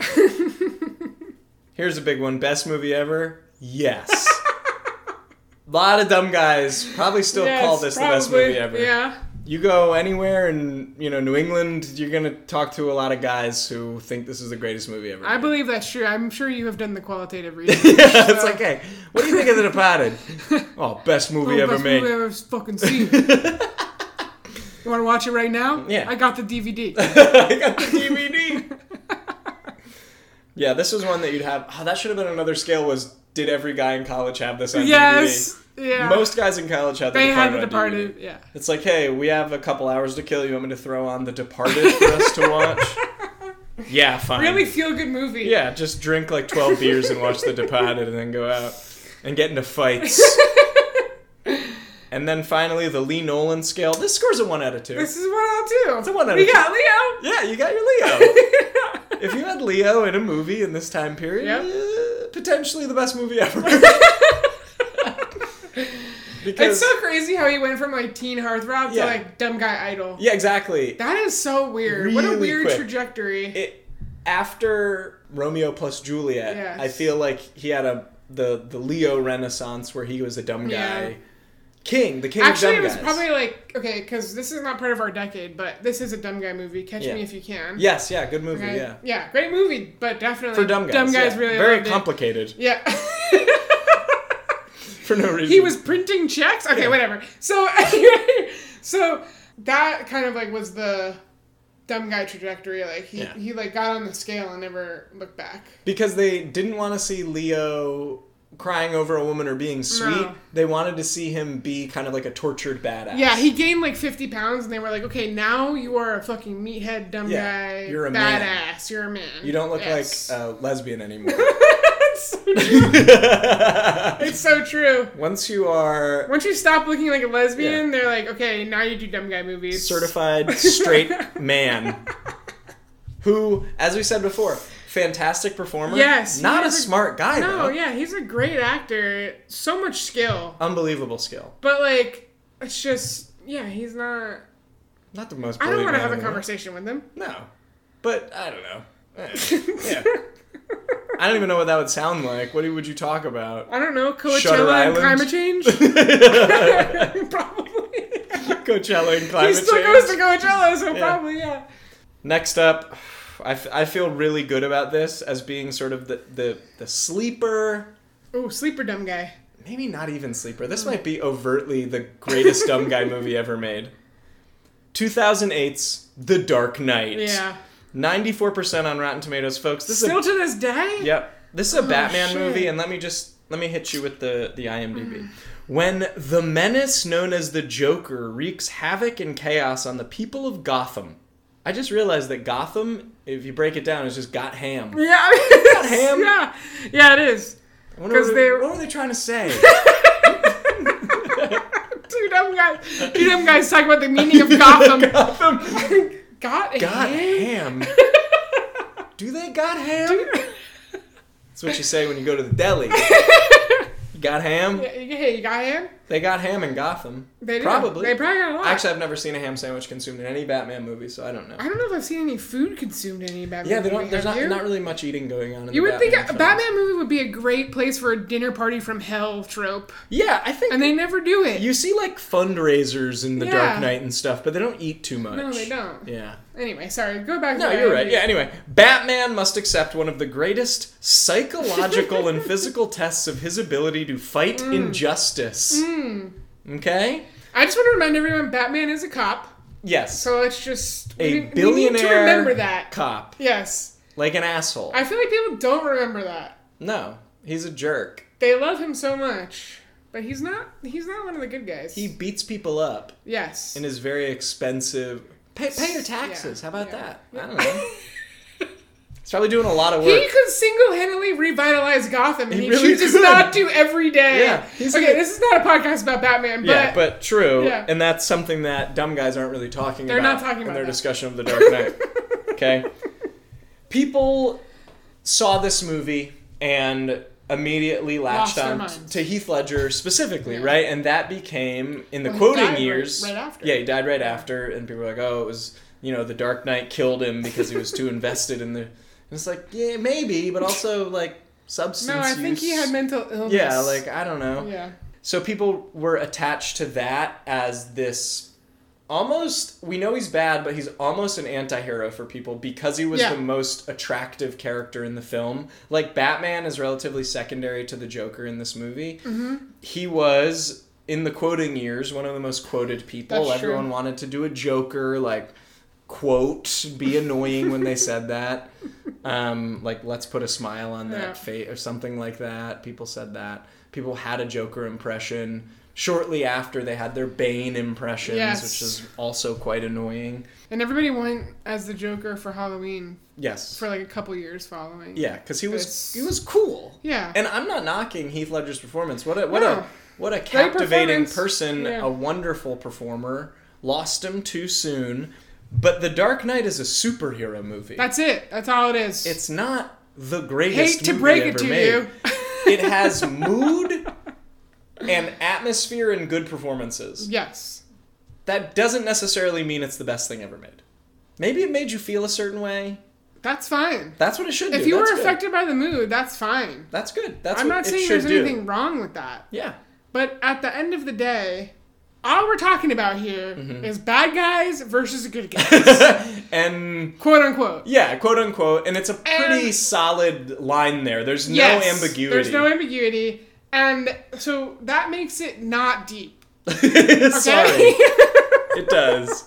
S2: Here's a big one. Best movie ever?
S1: [laughs]
S2: Yes. A lot of dumb guys probably still
S1: Yes,
S2: call this the best
S1: probably.
S2: movie ever.
S1: Yeah.
S2: You go anywhere in you know New England, you're gonna talk to a lot of guys who think this is the greatest movie ever.
S1: I believe that's true. I'm sure you have done the qualitative research.
S2: [laughs] yeah, it's
S1: so-
S2: like, hey, what do you
S1: [laughs]
S2: think of The Departed? oh, best movie
S1: Oh,
S2: ever
S1: best
S2: made.
S1: movie I've ever fucking
S2: [laughs]
S1: seen. you want to watch it right now?
S2: Yeah.
S1: I got the
S2: [laughs]
S1: DVD.
S2: I got the DVD. yeah, this was one that you'd have. Oh, that should have been another scale. Was did every guy in college have this
S1: [laughs]
S2: on
S1: yes. Yeah.
S2: DVD? Most guys in college had the
S1: they had
S2: Departed.
S1: The
S2: on DVD.
S1: Departed. Yeah.
S2: It's like, hey, we have a couple hours to kill. You want me to throw on The Departed for us to watch?
S1: [laughs]
S2: yeah, fine.
S1: Really feel good movie.
S2: [laughs] Yeah, just drink like 12 beers and watch The Departed and then go out and get
S1: [laughs]
S2: into fights. and then finally, the Lee Nolan scale. This scores a 1 out of 2.
S1: [laughs] This is what I'll do.
S2: a one out
S1: we
S2: of two.
S1: got [laughs] Leo.
S2: yeah, you got
S1: [laughs]
S2: your Leo. if you had Leo in a movie in this time period,
S1: Yep.
S2: eh, potentially the best movie
S1: [laughs]
S2: ever. [laughs]
S1: It's
S2: because
S1: so crazy how he went from like teen heartthrob
S2: Yeah.
S1: to like dumb guy idol.
S2: yeah, exactly.
S1: That is so weird. what a
S2: Really
S1: weird
S2: quick.
S1: trajectory.
S2: It after Romeo plus Juliet,
S1: Yes.
S2: I feel like he had a the the Leo Renaissance where he was a dumb guy,
S1: Yeah.
S2: king, the king
S1: Actually,
S2: of dumb
S1: it was
S2: guys.
S1: probably like okay, because this is not part of our decade, but this is a dumb guy movie. Catch
S2: Yeah.
S1: me if you can.
S2: yes, yeah, good movie,
S1: Okay?
S2: yeah.
S1: great movie, but definitely
S2: For dumb guys, yeah.
S1: really
S2: very
S1: loved it.
S2: complicated
S1: Yeah, [laughs]
S2: [laughs] for no reason.
S1: he was printing checks. Okay,
S2: Yeah.
S1: whatever. So anyway, so that kind of like was the dumb guy trajectory. Like he
S2: Yeah.
S1: he like got on the scale and never looked back.
S2: because they didn't want to see Leo crying over a woman or being sweet.
S1: No.
S2: They wanted to see him be kind of like a tortured badass.
S1: Yeah, he gained like 50 pounds, and they were like, okay, now you are a fucking meathead, dumb
S2: Yeah,
S1: guy,
S2: you're
S1: badass,
S2: a man.
S1: you're a man.
S2: you don't look
S1: Yes.
S2: like uh, a lesbian anymore. [laughs]
S1: That's so true. [laughs] It's so true.
S2: Once you are
S1: Once you stop looking like a lesbian,
S2: Yeah.
S1: they're like, okay, now you do dumb guy movies.
S2: certified straight
S1: [laughs]
S2: man, who, as we said before, fantastic performer.
S1: Yes, he
S2: not a
S1: is a-
S2: smart
S1: [laughs]
S2: guy
S1: No,
S2: though.
S1: yeah, he's a great actor. So much skill.
S2: Unbelievable skill.
S1: But, like, it's just, yeah, he's not.
S2: Not the most.
S1: I don't
S2: brilliant
S1: want to
S2: man
S1: have a
S2: in the world.
S1: conversation with him.
S2: No, but I don't know.
S1: [laughs]
S2: Eh, yeah. I don't even know what that would sound like. What would you talk
S1: [laughs]
S2: about?
S1: I don't know,
S2: Shutter
S1: Coachella and
S2: Island?
S1: climate change? [laughs]
S2: [laughs]
S1: probably. [laughs]
S2: Coachella and
S1: He
S2: climate
S1: still
S2: change.
S1: goes to Coachella, so probably, yeah.
S2: Next up, I, f- I feel really good about this as being sort of the, the, the sleeper,
S1: Oh, sleeper dumb guy.
S2: maybe not even sleeper.
S1: Hmm.
S2: This might be overtly the greatest
S1: [laughs]
S2: dumb guy movie ever made. 2008's The Dark Knight.
S1: Yeah.
S2: 94% on Rotten Tomatoes, folks. This
S1: Still
S2: is
S1: to this day?
S2: a, [laughs] yep. This is a Batman
S1: shit. Hmm.
S2: movie and let me just let me hit you with the the IMDb. When the menace known as the Joker wreaks havoc and chaos on the people of Gotham. I just realized that Gotham, if you break it down, is just got ham.
S1: Yeah,
S2: [laughs]
S1: I mean,
S2: ham?
S1: Yeah, yeah, it is.
S2: I wonder what,
S1: 'Cause
S2: they,
S1: they-
S2: what were they trying to say?
S1: [laughs] Two dumb guys. Two dumb guys talk
S2: [laughs]
S1: about the meaning of Gotham.
S2: Gotham
S1: [laughs] Got
S2: got
S1: ham. [laughs]
S2: ham. Do they got ham? [laughs] That's what you say when you go to the
S1: [laughs]
S2: deli. You got ham?
S1: Hey, you got ham?
S2: They got ham in Gotham.
S1: They do.
S2: probably.
S1: They probably got a lot.
S2: Actually, I've never seen a ham sandwich consumed in any Batman movie, so I don't know.
S1: I don't know if I've seen any food consumed in any Batman.
S2: Yeah, they
S1: movie,
S2: don't, there's
S1: have
S2: not,
S1: you?
S2: not really much eating going on in
S1: You
S2: the
S1: would think a
S2: films.
S1: Batman movie would be a great place for a dinner party from hell trope,
S2: Yeah, I think
S1: and they never do it.
S2: you see like fundraisers in The Dark
S1: Yeah.
S2: Knight and stuff, but they don't eat too much.
S1: no, they don't.
S2: Yeah.
S1: Anyway, sorry. Go back.
S2: No,
S1: to
S2: you're right.
S1: IMDb.
S2: Yeah, anyway, Batman must accept one of the
S1: [laughs]
S2: greatest psychological and physical tests of his ability to fight
S1: Mm.
S2: injustice. Okay?
S1: Hmm. I just want to remind everyone, Batman is a cop.
S2: Yes.
S1: So let's just
S2: a
S1: we, need-
S2: billionaire
S1: We need to remember that.
S2: cop.
S1: Yes,
S2: Like an asshole.
S1: I feel like people don't remember that.
S2: No, he's a jerk.
S1: They love him so much, but he's not. He's not one of the good guys.
S2: He beats people up
S1: yes.
S2: and is very expensive. Pay, pay your taxes.
S1: Yeah,
S2: How about
S1: yeah.
S2: that? I don't know. He's probably doing a lot of work.
S1: he could single-handedly revitalize Gotham, and
S2: He
S1: he,
S2: really
S1: chooses
S2: could.
S1: not to every day.
S2: Yeah, he's
S1: okay,
S2: a-
S1: this is not a podcast about Batman, but,
S2: yeah, but true.
S1: Yeah.
S2: And that's something that dumb guys aren't really talking
S1: They're
S2: about
S1: not talking
S2: in
S1: about
S2: their
S1: that.
S2: discussion of
S1: [laughs]
S2: The Dark Knight. okay? People saw this movie and immediately
S1: Lost
S2: latched
S1: their
S2: on
S1: minds.
S2: to Heath Ledger specifically,
S1: Yeah.
S2: right? And that became in the
S1: Well, he
S2: quoting
S1: died right-
S2: years.
S1: right after.
S2: Yeah, he died right after, and people were like, "Oh, it was you know the Dark Knight killed him because he
S1: [laughs]
S2: was too invested in the." And it's like, yeah, maybe, but also like substance.
S1: No, I think he
S2: use.
S1: had mental illness.
S2: Yeah, like I don't know.
S1: yeah,
S2: So people were attached to that as this almost we know he's bad, but he's almost an anti-hero for people because he was
S1: Yeah.
S2: the most attractive character in the film. Like Batman is relatively secondary to the Joker in this movie.
S1: Mm-hmm.
S2: He was in the quoting years one of the most quoted people.
S1: That's true.
S2: Everyone wanted to do a Joker like quote be annoying when they
S1: [laughs]
S2: said that um, like let's put a smile on that
S1: Yeah.
S2: fate or something like that. People said that. People had a Joker impression shortly after they had their Bane impressions,
S1: Yes.
S2: which is also quite annoying.
S1: and everybody went as the Joker for Halloween
S2: Yes.
S1: for like a couple years following.
S2: yeah, because he was
S1: It's-
S2: he was cool.
S1: yeah.
S2: And I'm not knocking Heath Ledger's performance. What a what a
S1: No.
S2: what a captivating
S1: performance.
S2: person,
S1: Yeah.
S2: a wonderful performer. Lost him too soon. But The Dark Knight is a superhero movie.
S1: That's it. That's all it is.
S2: it's not the greatest
S1: hate to
S2: movie
S1: break
S2: ever
S1: it to
S2: made.
S1: you. [laughs]
S2: it has mood and atmosphere and good performances.
S1: yes.
S2: That doesn't necessarily mean it's the best thing ever made. Maybe it made you feel a certain way.
S1: That's fine.
S2: That's what it should do.
S1: If you
S2: That's
S1: were
S2: good.
S1: affected by the mood, that's fine.
S2: that's good. That's
S1: I'm
S2: what
S1: not
S2: it
S1: saying
S2: should
S1: there's
S2: do.
S1: anything wrong with that.
S2: Yeah, [laughs]
S1: But at the end of the day, all we're talking about here is
S2: Mm-hmm.
S1: bad guys versus good
S2: [laughs]
S1: guys,
S2: and
S1: quote unquote.
S2: yeah, quote unquote, and it's a pretty
S1: And-
S2: solid line there. There's no
S1: Yes,
S2: ambiguity.
S1: There's no ambiguity, and so that makes it not deep.
S2: [laughs]
S1: [laughs]
S2: Sorry, it does.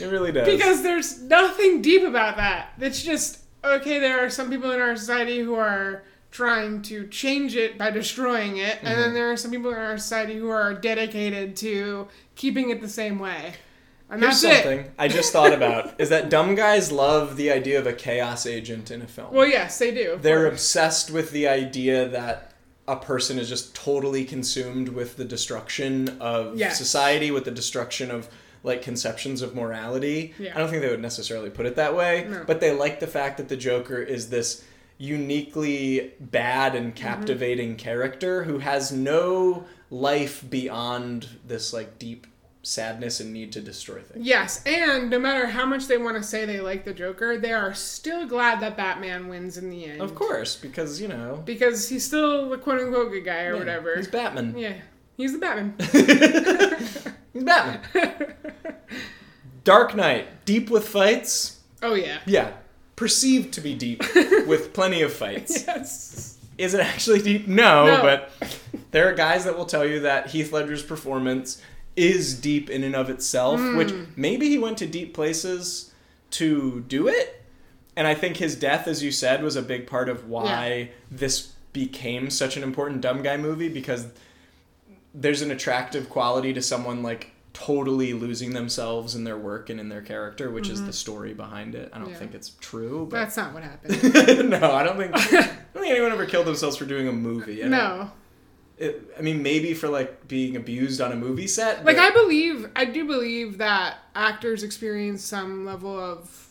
S1: [laughs]
S2: really does.
S1: because there's nothing deep about that. It's just okay. There are some people in our society who are trying to change it by destroying it, and
S2: Mm-hmm.
S1: then there are some people in our society who are dedicated to keeping it the same way. And
S2: Here's
S1: that's
S2: something
S1: it.
S2: I just thought about [laughs] is that dumb guys love the idea of a chaos agent in a film.
S1: Well, yes, they do. of
S2: They're
S1: course.
S2: obsessed with the idea that a person is just totally consumed with the destruction of
S1: Yes.
S2: society, with the destruction of like conceptions of morality.
S1: Yeah.
S2: I don't think they would necessarily put it that way,
S1: No.
S2: but they like the fact that the Joker is this uniquely bad and
S1: Mm-hmm.
S2: captivating character who has no life beyond this like deep sadness and need to destroy things.
S1: Yes, and no matter how much they want to say they like the Joker, they are still glad that Batman wins in the end.
S2: Of course, because you know,
S1: Because he's still the quote unquote good guy or whatever.
S2: He's Batman.
S1: [laughs] yeah. He's the
S2: [laughs]
S1: Batman.
S2: He's Batman. Dark Knight, deep with fights.
S1: oh yeah.
S2: Yeah, perceived to
S1: [laughs]
S2: be deep with plenty of fights.
S1: Yes.
S2: Is it actually deep? No,
S1: No.
S2: but there are guys that will tell you that Heath Ledger's performance is deep in and of itself,
S1: Hmm.
S2: which maybe he went to deep places to do it. And I think his death, as you said, was a big part of why this became such an important dumb guy movie because there's an attractive quality to someone like totally losing themselves in their work and in their character, which is the story behind it. I don't
S1: Mm-hmm. Yeah.
S2: think it's true, but
S1: That's not what happened.
S2: [laughs] no, I don't think I
S1: [laughs]
S2: don't think anyone ever killed themselves for doing a movie. I don't-
S1: No.
S2: it, I mean maybe for like being abused on a movie set.
S1: Like
S2: but-
S1: I believe I do believe that actors experience some level of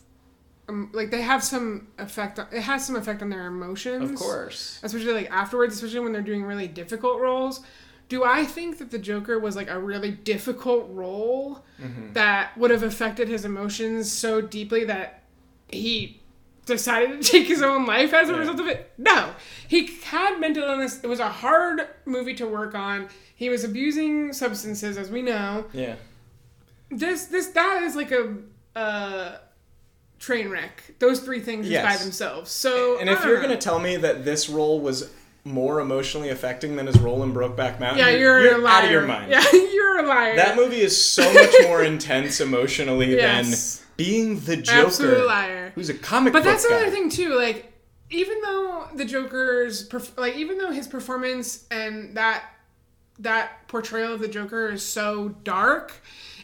S1: um, like they have some effect on, it has some effect on their emotions.
S2: of course,
S1: Especially like afterwards, especially when they're doing really difficult roles. Do I think that the Joker was like a really difficult role
S2: Mm-hmm.
S1: that would have affected his emotions so deeply that he decided to take his own life as a
S2: Yeah.
S1: result of it? No. He had mental illness. It was a hard movie to work on. He was abusing substances, as we know.
S2: yeah,
S1: This, this, that is like a, uh, train wreck. Those three things just
S2: Yes.
S1: by themselves. So, uh.
S2: and if
S1: I
S2: you're
S1: don't know.
S2: gonna tell me that this role was more emotionally affecting than his role in Brokeback Mountain,
S1: yeah, you're, a liar.
S2: out of your
S1: [laughs]
S2: mind.
S1: Yeah, you're a liar.
S2: That movie is so much
S1: [laughs]
S2: more intense emotionally
S1: Yes.
S2: than being the Joker,
S1: Absolute liar.
S2: who's a comic
S1: But
S2: book
S1: that's another
S2: guy.
S1: thing too. Like, even though the Joker's perf- like, even though his performance and that that portrayal of the Joker is so dark,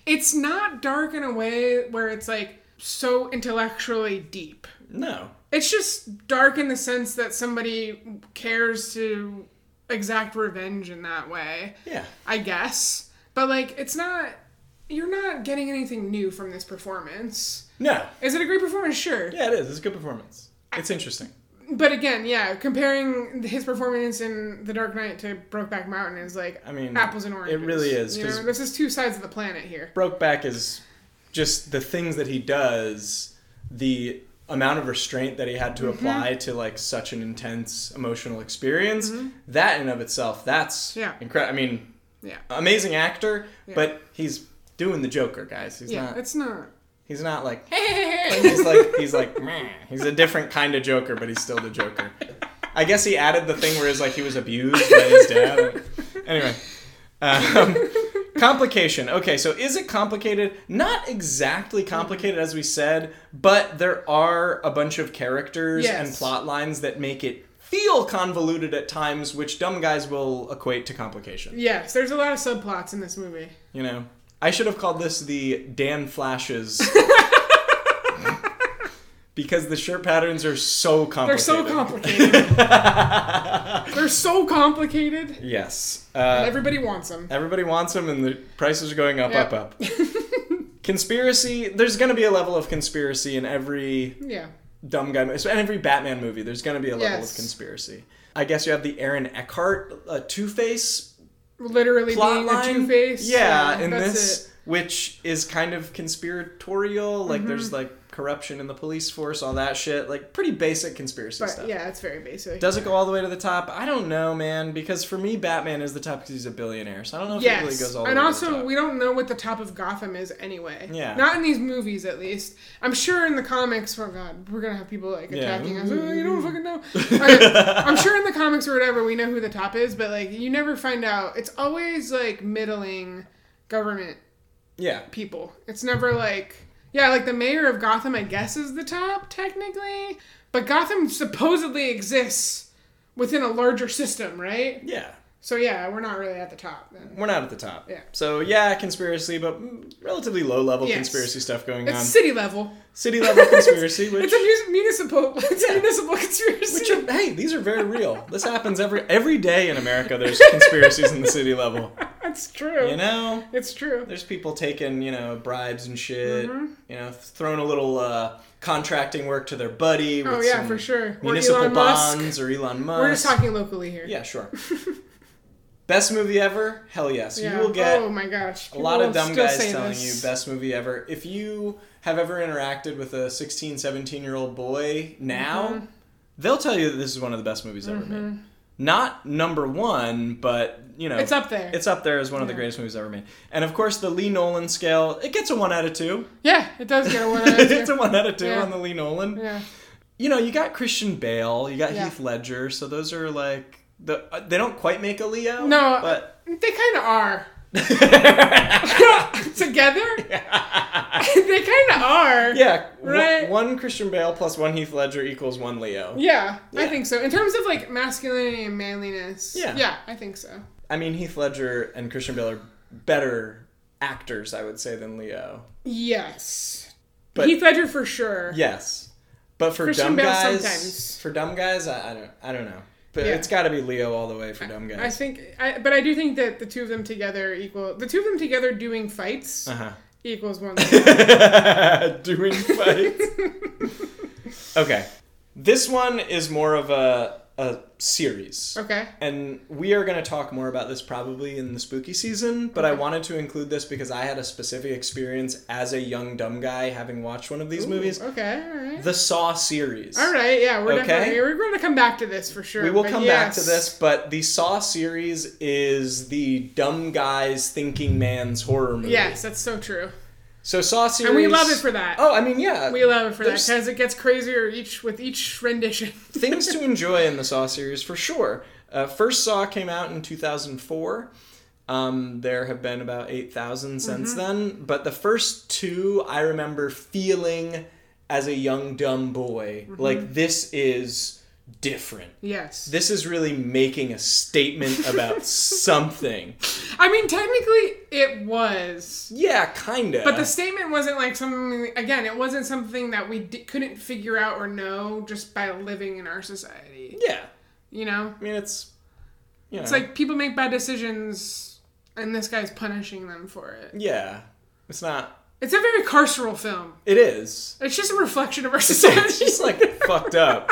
S1: it's not dark in a way where it's like so intellectually deep.
S2: No,
S1: It's just dark in the sense that somebody cares to exact revenge in that way.
S2: yeah.
S1: I guess. But like, it's not. You're not getting anything new from this performance.
S2: No.
S1: Is it a great performance? Sure.
S2: Yeah, it is. It's a good performance. It's interesting.
S1: But again, yeah, comparing his performance in The Dark Knight to Brokeback Mountain is like
S2: I mean,
S1: apples and oranges.
S2: it really is,
S1: You know,
S2: 'cause-
S1: this is two sides of the planet here.
S2: Brokeback is just the things that he does, the amount of restraint that he had to
S1: Mm-hmm.
S2: apply to like such an intense emotional experience. That in of itself, that's
S1: Mm-hmm. Yeah.
S2: incredible. I mean,
S1: Yeah,
S2: Uh, amazing actor, but he's doing the Joker, guys. He's
S1: yeah,
S2: not.
S1: it's
S2: [laughs]
S1: not.
S2: He's not like. he's like. He's like. Meh. He's a different kind of Joker, but he's still the Joker. I guess he added the thing where he's like he was abused by his dad. Anyway, um, complication. Okay, so is it complicated? Not exactly complicated as we said, but there are a bunch of characters
S1: Yes.
S2: and plot lines that make it feel convoluted at times, which dumb guys will equate to complication.
S1: Yes, there's a lot of subplots in this movie.
S2: You know, I should have called this the Dan
S1: [laughs]
S2: Flashes. because the shirt patterns are so
S1: They're
S2: complicated.
S1: so complicated.
S2: [laughs]
S1: They're so complicated.
S2: Yes. Uh,
S1: Everybody wants them.
S2: everybody wants them and the prices are going up,
S1: Yep.
S2: up, up. conspiracy, there's going to be a level of conspiracy in every
S1: Yeah.
S2: dumb guy, mo- so in every Batman movie, there's going to be a level
S1: Yes.
S2: of conspiracy. I guess you have the Aaron Eckhart uh, Two Face
S1: Literally
S2: plot
S1: being the
S2: line.
S1: Two Face.
S2: Yeah, in
S1: that's
S2: this, which is kind of conspiratorial. Like, there's
S1: Mm-hmm.
S2: like corruption in the police force, all that shit. Like, pretty basic conspiracy
S1: But
S2: stuff.
S1: yeah, it's very basic.
S2: Does it go all the way to the top? I don't know, man. Because for me, Batman is the top because he's a billionaire. So I don't know if
S1: yes.
S2: it really goes all the
S1: and
S2: way
S1: also,
S2: to the top.
S1: we don't know what the top of Gotham is anyway.
S2: Yeah.
S1: Not in these movies, at least. I'm sure in the comics. Oh God, we're gonna have people like
S2: Yeah.
S1: attacking us. Oh, you
S2: [laughs]
S1: don't fucking know. I- I'm sure in the comics or whatever, we know who the top is, but like you never find out. It's always like middling government
S2: yeah.
S1: people. It's never
S2: Mm-hmm.
S1: like yeah, like the mayor of Gotham, I guess, is the top technically, but Gotham supposedly exists within a larger system, right?
S2: Yeah.
S1: So yeah, we're not really at the top. Then.
S2: We're not at the top.
S1: Yeah.
S2: So yeah, conspiracy, but mm, relatively low level
S1: Yes.
S2: conspiracy stuff going
S1: It's
S2: on.
S1: city level.
S2: City level conspiracy, which
S1: [laughs] It's a mu- municipal. [laughs] It's a municipal
S2: Which
S1: conspiracy.
S2: are, hey, these are very real. This happens every every day in
S1: [laughs]
S2: America. There's conspiracies in the city level.
S1: That's true.
S2: You know,
S1: It's true.
S2: there's people taking you know bribes and shit.
S1: Mm-hmm.
S2: You know, throwing a little uh, contracting work to their buddy. With
S1: Oh yeah,
S2: some
S1: for sure. Or
S2: Municipal
S1: Elon
S2: bonds
S1: Musk.
S2: or Elon Musk.
S1: We're just talking locally here. [laughs]
S2: Yeah, sure. best movie ever? Hell yes.
S1: Yeah.
S2: You will get
S1: oh my gosh.
S2: a lot of dumb guys telling you best movie ever. If you have ever interacted with a 16, 17 year old boy now,
S1: Mm-hmm.
S2: they'll tell you that this is one of the best movies ever made. Not number one, but you know,
S1: It's up there.
S2: It's up there as one of the greatest movies ever made. And of course, the Lee Nolan scale, it gets a one out of two.
S1: Yeah, it does
S2: [laughs]
S1: get a one out of
S2: it's a
S1: two.
S2: one out of two
S1: Yeah.
S2: on the Lee Nolan.
S1: Yeah.
S2: You know, you got Christian Bale, you got
S1: Yeah.
S2: Heath Ledger, so those are like the uh, they don't quite make a Leo.
S1: No,
S2: but [laughs]
S1: They kind of are. Together? [laughs]
S2: [laughs]
S1: they kind of are.
S2: Yeah,
S1: Right.
S2: right. One Christian Bale plus one Heath Ledger equals one Leo.
S1: Yeah, I
S2: Yeah.
S1: think so. In terms of like masculinity and manliness.
S2: Yeah.
S1: Yeah, I think so.
S2: I mean, Heath Ledger and Christian Bale are better actors, I would say, than Leo.
S1: Yes.
S2: But-
S1: Heath Ledger for sure.
S2: Yes, but for
S1: Christian
S2: dumb
S1: Bale
S2: guys,
S1: sometimes.
S2: for dumb guys, I, I don't, I don't know. But
S1: Yeah.
S2: it's got to be Leo all the way for dumb
S1: I
S2: guys.
S1: think, I, but I do think that the two of them together equal the two of them together doing fights [laughs]
S2: Uh
S1: equals
S2: [laughs]
S1: one.
S2: huh. Doing
S1: [laughs]
S2: fights. okay, this one is more of a a series.
S1: okay.
S2: And we are going to talk more about this probably in the spooky season, but I wanted to include this because I had a specific experience as a young dumb guy having watched one of these movies.
S1: Okay. All right.
S2: The Saw series.
S1: all right. Yeah, we're
S2: Okay.
S1: definitely we're going to come back to this for sure.
S2: We will
S1: but
S2: come back to
S1: yes.
S2: this, but the Saw series is the dumb guy's thinking man's horror movie.
S1: Yes, that's so true.
S2: So Saw series.
S1: And we love it for that.
S2: Oh, I mean, yeah.
S1: We love it for that
S2: There's-
S1: because it gets crazier each with each rendition. [laughs]
S2: [laughs] things to enjoy in the Saw series for sure. Uh, first Saw came out in 2004. Um, there have been about 8,000 since
S1: Mm-hmm.
S2: then, but the first two I remember feeling as a young dumb boy
S1: Mm-hmm.
S2: like this is different.
S1: yes.
S2: This is really making a
S1: [laughs]
S2: statement about something.
S1: I mean, technically, it was.
S2: Yeah, kinda.
S1: But the statement wasn't like something, again, it wasn't something that we di- couldn't figure out or know just by living in our society.
S2: yeah,
S1: You know?
S2: I mean it's you know,
S1: It's like people make bad decisions and this guy's punishing them for it.
S2: yeah, it's not.
S1: It's a very carceral film.
S2: It is. [laughs]
S1: It's just a reflection of our
S2: It's
S1: society.
S2: just like fucked up.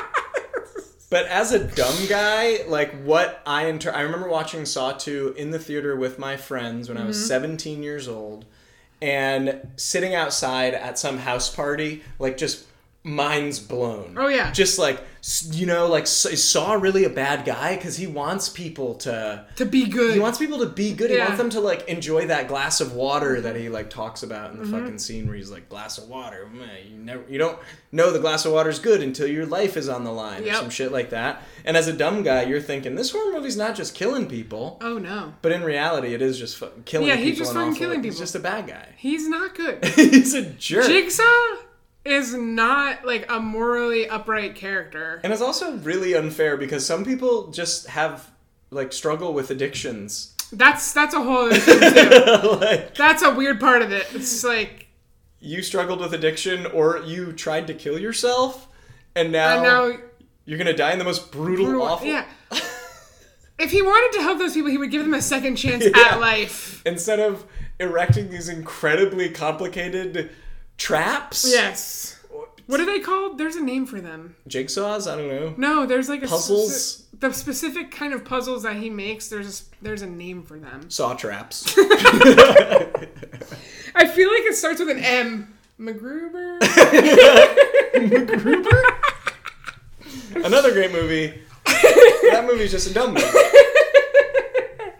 S2: But as a dumb guy, like what I inter- I remember watching Saw 2 in the theater with my friends when I
S1: Mm-hmm.
S2: was 17 years old and sitting outside at some house party, like just minds blown.
S1: Oh, yeah.
S2: Just like s- you know, like s- is Saw really a bad guy cuz he wants people to
S1: [laughs] to be good.
S2: he wants people to be good. He
S1: Yeah.
S2: wants them to like enjoy that glass of water that he like talks about in the
S1: Mm-hmm.
S2: fucking scene where he's like, "Glass of water, man, you never, you don't know the glass of water is good until your life is on the line or
S1: Yep.
S2: some shit like that." And as a dumb guy, you're thinking this horror movie's not just killing people,
S1: oh no,
S2: but in reality, it is just fu- killing.
S1: Yeah,
S2: people
S1: he's just
S2: in
S1: fucking
S2: awful
S1: killing
S2: ways. He's
S1: people.
S2: just a bad guy. [laughs]
S1: he's not good.
S2: he's a jerk.
S1: Jigsaw is not like a morally upright character.
S2: and it's also really unfair because some people just have like struggle with addictions. [laughs]
S1: That's that's a whole other thing too.
S2: like,
S1: that's a weird part of it. It's just like
S2: you struggled with addiction or you tried to kill yourself and now,
S1: and now
S2: you're gonna die in the most brutal, awful
S1: yeah. If he wanted to help those people, he would give them a second chance
S2: [laughs] Yeah.
S1: at life.
S2: [laughs] instead of erecting these incredibly complicated traps
S1: Yes. What are they called? There's a name for them.
S2: jigsaws i don't know
S1: No, there's like a
S2: Puzzles?
S1: speci- the specific kind of puzzles that he makes. There's a, s- there's a name for them.
S2: saw
S1: [laughs]
S2: traps [laughs]
S1: I feel like it starts with an M. MacGruber.
S2: another great movie that movie's just a dumb movie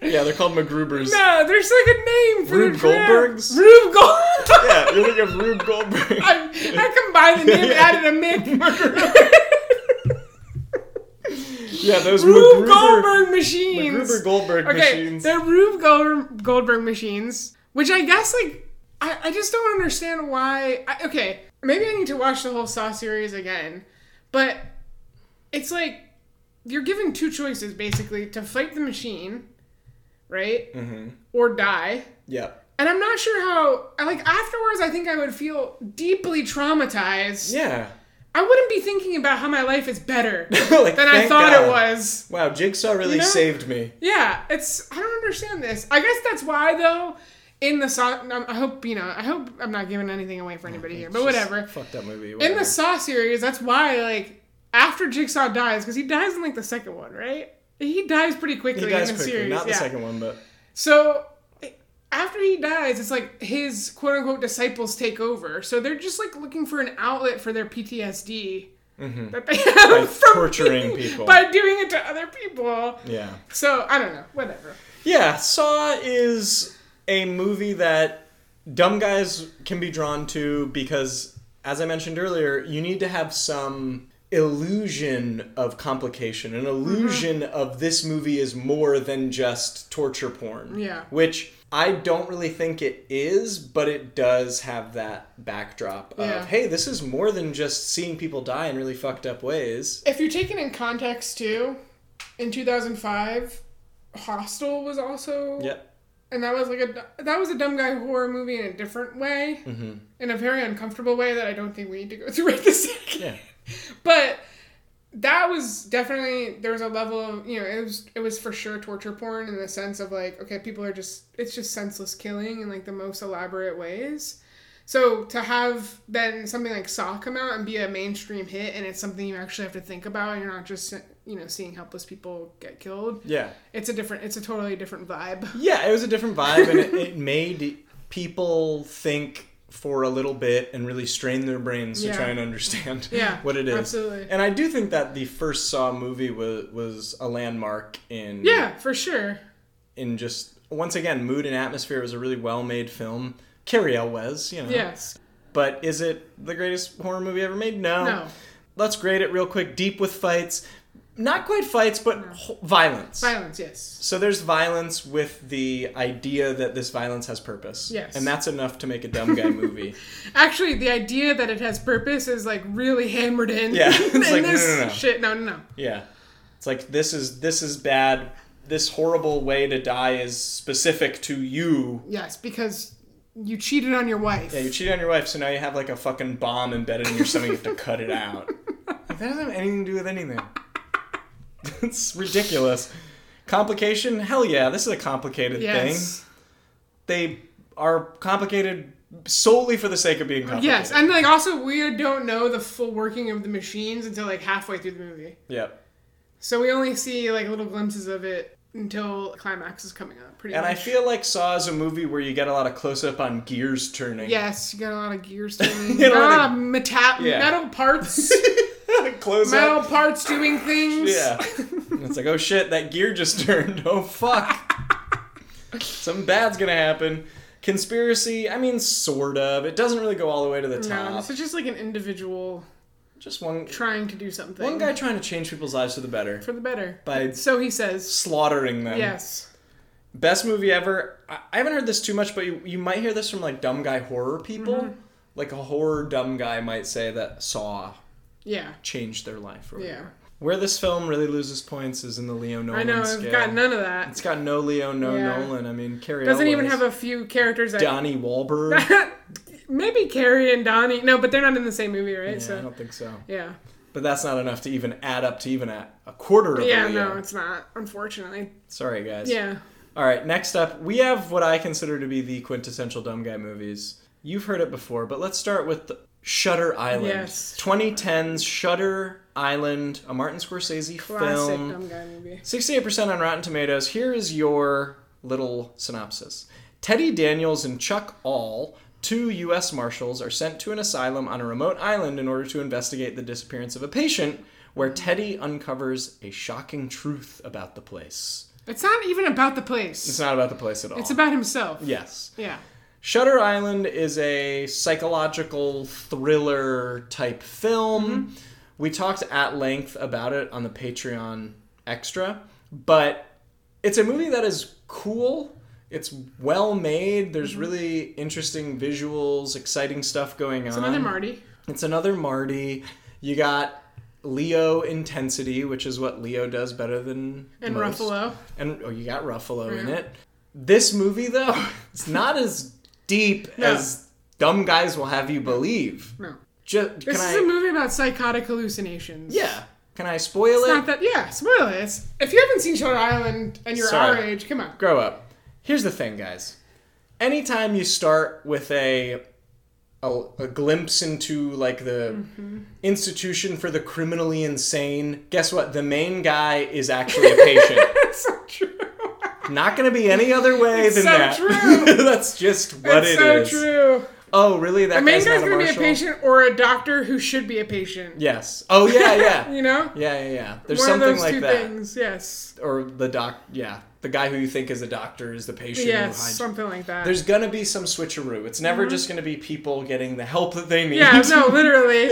S2: yeah they're called mcgrubers
S1: [laughs] No, there's like a name for
S2: Rube
S1: the trap.
S2: Goldbergs?
S1: Rube Goldberg.
S2: yeah you're thinking of rube goldberg
S1: I, I combined the name and added a Mick.
S2: [laughs] yeah those
S1: [laughs] Rube
S2: MacGruber-
S1: Goldberg machines.
S2: MacGruber goldberg
S1: okay,
S2: machines
S1: they're Rube Gold- Goldberg machines, which I guess like I, I just don't understand why. I, okay, maybe I need to watch the whole Saw series again, but it's like you're given two choices basically to fight the machine, right,
S2: Mhm.
S1: or die.
S2: yeah [laughs]
S1: And I'm not sure how. I Like afterwards, I think I would feel deeply traumatized.
S2: yeah
S1: I wouldn't be thinking about how my life is
S2: [laughs]
S1: better
S2: like,
S1: than I
S2: thank
S1: thought
S2: God.
S1: it was.
S2: wow jigsaw really
S1: You know?
S2: saved me
S1: Yeah, it's. I don't understand this. I guess that's why though. In the saw, I hope you know. I hope I'm not giving anything away for anybody here, but
S2: It's just
S1: whatever.
S2: Fuck that movie.
S1: In
S2: whatever.
S1: the Saw series, that's why like after Jigsaw dies, because he dies in like the second one, right? He dies pretty quickly
S2: he dies
S1: in the
S2: quickly,
S1: series.
S2: not the
S1: yeah.
S2: second one, but
S1: So after he dies, it's like his quote unquote disciples take over. So they're just like looking for an outlet for their PTSD that they have
S2: Mm-hmm. By
S1: from
S2: torturing
S1: being-
S2: people.
S1: by doing it to other people.
S2: yeah,
S1: So I don't know, whatever.
S2: yeah. Saw is a movie that dumb guys can be drawn to because, as I mentioned earlier, you need to have some illusion of complication,
S1: Mm-hmm.
S2: an illusion of this movie is more than just torture porn.
S1: Yeah.
S2: which. I don't really think it is, but it does have that backdrop of,
S1: Yeah.
S2: hey, this is more than just seeing people die in really fucked up ways.
S1: If you take it in context too, in 2005, Hostel was also
S2: Yep.
S1: and that was like a that was a dumb guy horror movie in a different way, in a very uncomfortable way that I don't think we need to go [laughs] through right this second.
S2: Yeah.
S1: but that was definitely there was a level of you know it was it was for sure torture porn in the sense of like okay people are just it's just senseless killing in like the most elaborate ways so to have then something like saw come out and be a mainstream hit and it's something you actually have to think about and you're not just you know seeing helpless people get killed
S2: Yeah.
S1: it's a different it's a totally different vibe
S2: Yeah, it was a different vibe, and it, it made people think for a little bit and really strain their brains to
S1: Yeah.
S2: try and understand
S1: Yeah,
S2: [laughs] what it is.
S1: absolutely.
S2: And I do think that the first Saw movie was was a landmark in
S1: yeah for sure
S2: in just once again mood and atmosphere. It was a really well made film. Carrie Elwes, you know.
S1: yes
S2: But is it the greatest horror movie ever made? No.
S1: no
S2: Let's grade it real quick. Deep with fights, not quite fights, but ho- violence.
S1: silence yes
S2: So there's violence with the idea that this violence has purpose.
S1: Yes.
S2: And that's enough to make a dumb guy
S1: [laughs]
S2: movie.
S1: actually the idea that it has purpose is like really hammered in [laughs]
S2: Yeah, it's
S1: in
S2: like, no,
S1: this
S2: no, no.
S1: shit no no no
S2: yeah. It's like this is this is bad. This horrible way to die is specific to you.
S1: Yes, because you cheated on your wife.
S2: Yeah, you cheat on your wife, so now you have like a fucking bomb embedded in your stomach. You have to cut it out. Like, that doesn't have anything to do with anything. [laughs] it's ridiculous. Complication? Hell yeah, this is a complicated thing.
S1: yes.
S2: They are complicated solely for the sake of being complicated.
S1: Yes, and like also we don't know the full working of the machines until like halfway through the movie.
S2: Yep.
S1: So we only see like little glimpses of it until climax is coming up. Pretty
S2: And I
S1: much.
S2: feel like Saw is a movie where you get a lot of close up on gears turning. [laughs]
S1: yes, you got a lot of gears turning.
S2: You know,
S1: ah, meta-
S2: Yeah.
S1: metal
S2: [laughs]
S1: parts,
S2: close
S1: metal
S2: up.
S1: parts doing things.
S2: Yeah. it's like, oh shit, that gear just turned. Oh fuck.
S1: [laughs]
S2: Something bad's gonna happen. Conspiracy, I mean, sort of. It doesn't really go all the way to the
S1: No,
S2: top.
S1: so just like an individual
S2: Just one
S1: trying to do something.
S2: one guy trying to change people's lives for the better
S1: for the better.
S2: by
S1: So he says,
S2: slaughtering them.
S1: yes.
S2: Best movie ever. I, I haven't heard this too much, but you, you might hear this from like dumb guy horror people.
S1: Mm-hmm.
S2: Like a horror dumb guy might say that Saw
S1: Yeah.
S2: changed their life. Or
S1: Yeah.
S2: whatever. Where this film really loses points is in the Leo Nolan
S1: I know,
S2: scale.
S1: I've got none of that.
S2: It's got no Leo, no
S1: Yeah.
S2: Nolan. I mean, Carrie
S1: Doesn't even
S2: Elwes,
S1: have a few characters that.
S2: Donnie Wahlberg.
S1: [laughs] Maybe Carrie and Donnie. No, but they're not in the same movie, right?
S2: yeah, I
S1: so,
S2: don't think so.
S1: yeah.
S2: But that's not enough to even add up to even a, a quarter of
S1: Yeah,
S2: a Leo.
S1: no, it's not, unfortunately.
S2: Sorry, guys.
S1: Yeah.
S2: All right, next up, we have what I consider to be the quintessential dumb guy movies. You've heard it before, but let's start with the Shutter Island.
S1: Yes.
S2: 2010's Shutter Island, a Martin Scorsese
S1: Classic
S2: film.
S1: dumb guy movie.
S2: 68% on Rotten Tomatoes. Here is your little synopsis Teddy Daniels and Chuck All, two U.S. Marshals, are sent to an asylum on a remote island in order to investigate the disappearance of a patient, where Teddy uncovers a shocking truth about the place.
S1: It's not even about the place.
S2: It's not about the place at all.
S1: It's about himself.
S2: yes.
S1: Yeah.
S2: Shutter Island is a psychological thriller type film.
S1: Mm-hmm.
S2: We talked at length about it on the Patreon extra, but it's a movie that is cool. It's well made. There's
S1: Mm-hmm.
S2: really interesting visuals, exciting stuff going on.
S1: Another Marty.
S2: It's another Marty. You got Leo intensity, which is what Leo does better than
S1: And
S2: most.
S1: Ruffalo.
S2: And oh, you got Ruffalo in
S1: Mm.
S2: it. This movie though, [laughs] it's not as deep
S1: No.
S2: as dumb guys will have you believe.
S1: No.
S2: Just can
S1: This
S2: I?
S1: is a movie about psychotic hallucinations.
S2: yeah. Can I spoil
S1: It's
S2: it?
S1: not that. Yeah, spoil it. It's- If you haven't seen Shutter Island and you're
S2: Sorry.
S1: our age, come on. [laughs]
S2: Grow up. Here's the thing, guys. Anytime you start with a a, a glimpse into like the
S1: Mm-hmm.
S2: institution for the criminally insane, guess what? The main guy is actually a patient.
S1: [laughs] That's so true.
S2: Not going to be any other way
S1: It's
S2: than
S1: so
S2: that.
S1: true.
S2: [laughs] That's just what
S1: That's
S2: it
S1: so
S2: is.
S1: true.
S2: Oh, really? That
S1: The main
S2: guy's,
S1: guy's
S2: not a
S1: gonna be a
S2: marshal?
S1: patient or a doctor who should be a patient.
S2: Yes. Oh,
S1: [laughs]
S2: yeah, yeah.
S1: You know?
S2: Yeah, yeah, yeah. There's
S1: One
S2: something
S1: of those
S2: like
S1: two
S2: that.
S1: things, yes.
S2: Or the doc, yeah. The guy who you think is a doctor is the patient
S1: Yes,
S2: who hides
S1: something like that.
S2: There's gonna be some switcheroo. It's never just gonna be people getting the help that they need. [laughs]
S1: yeah, no, literally.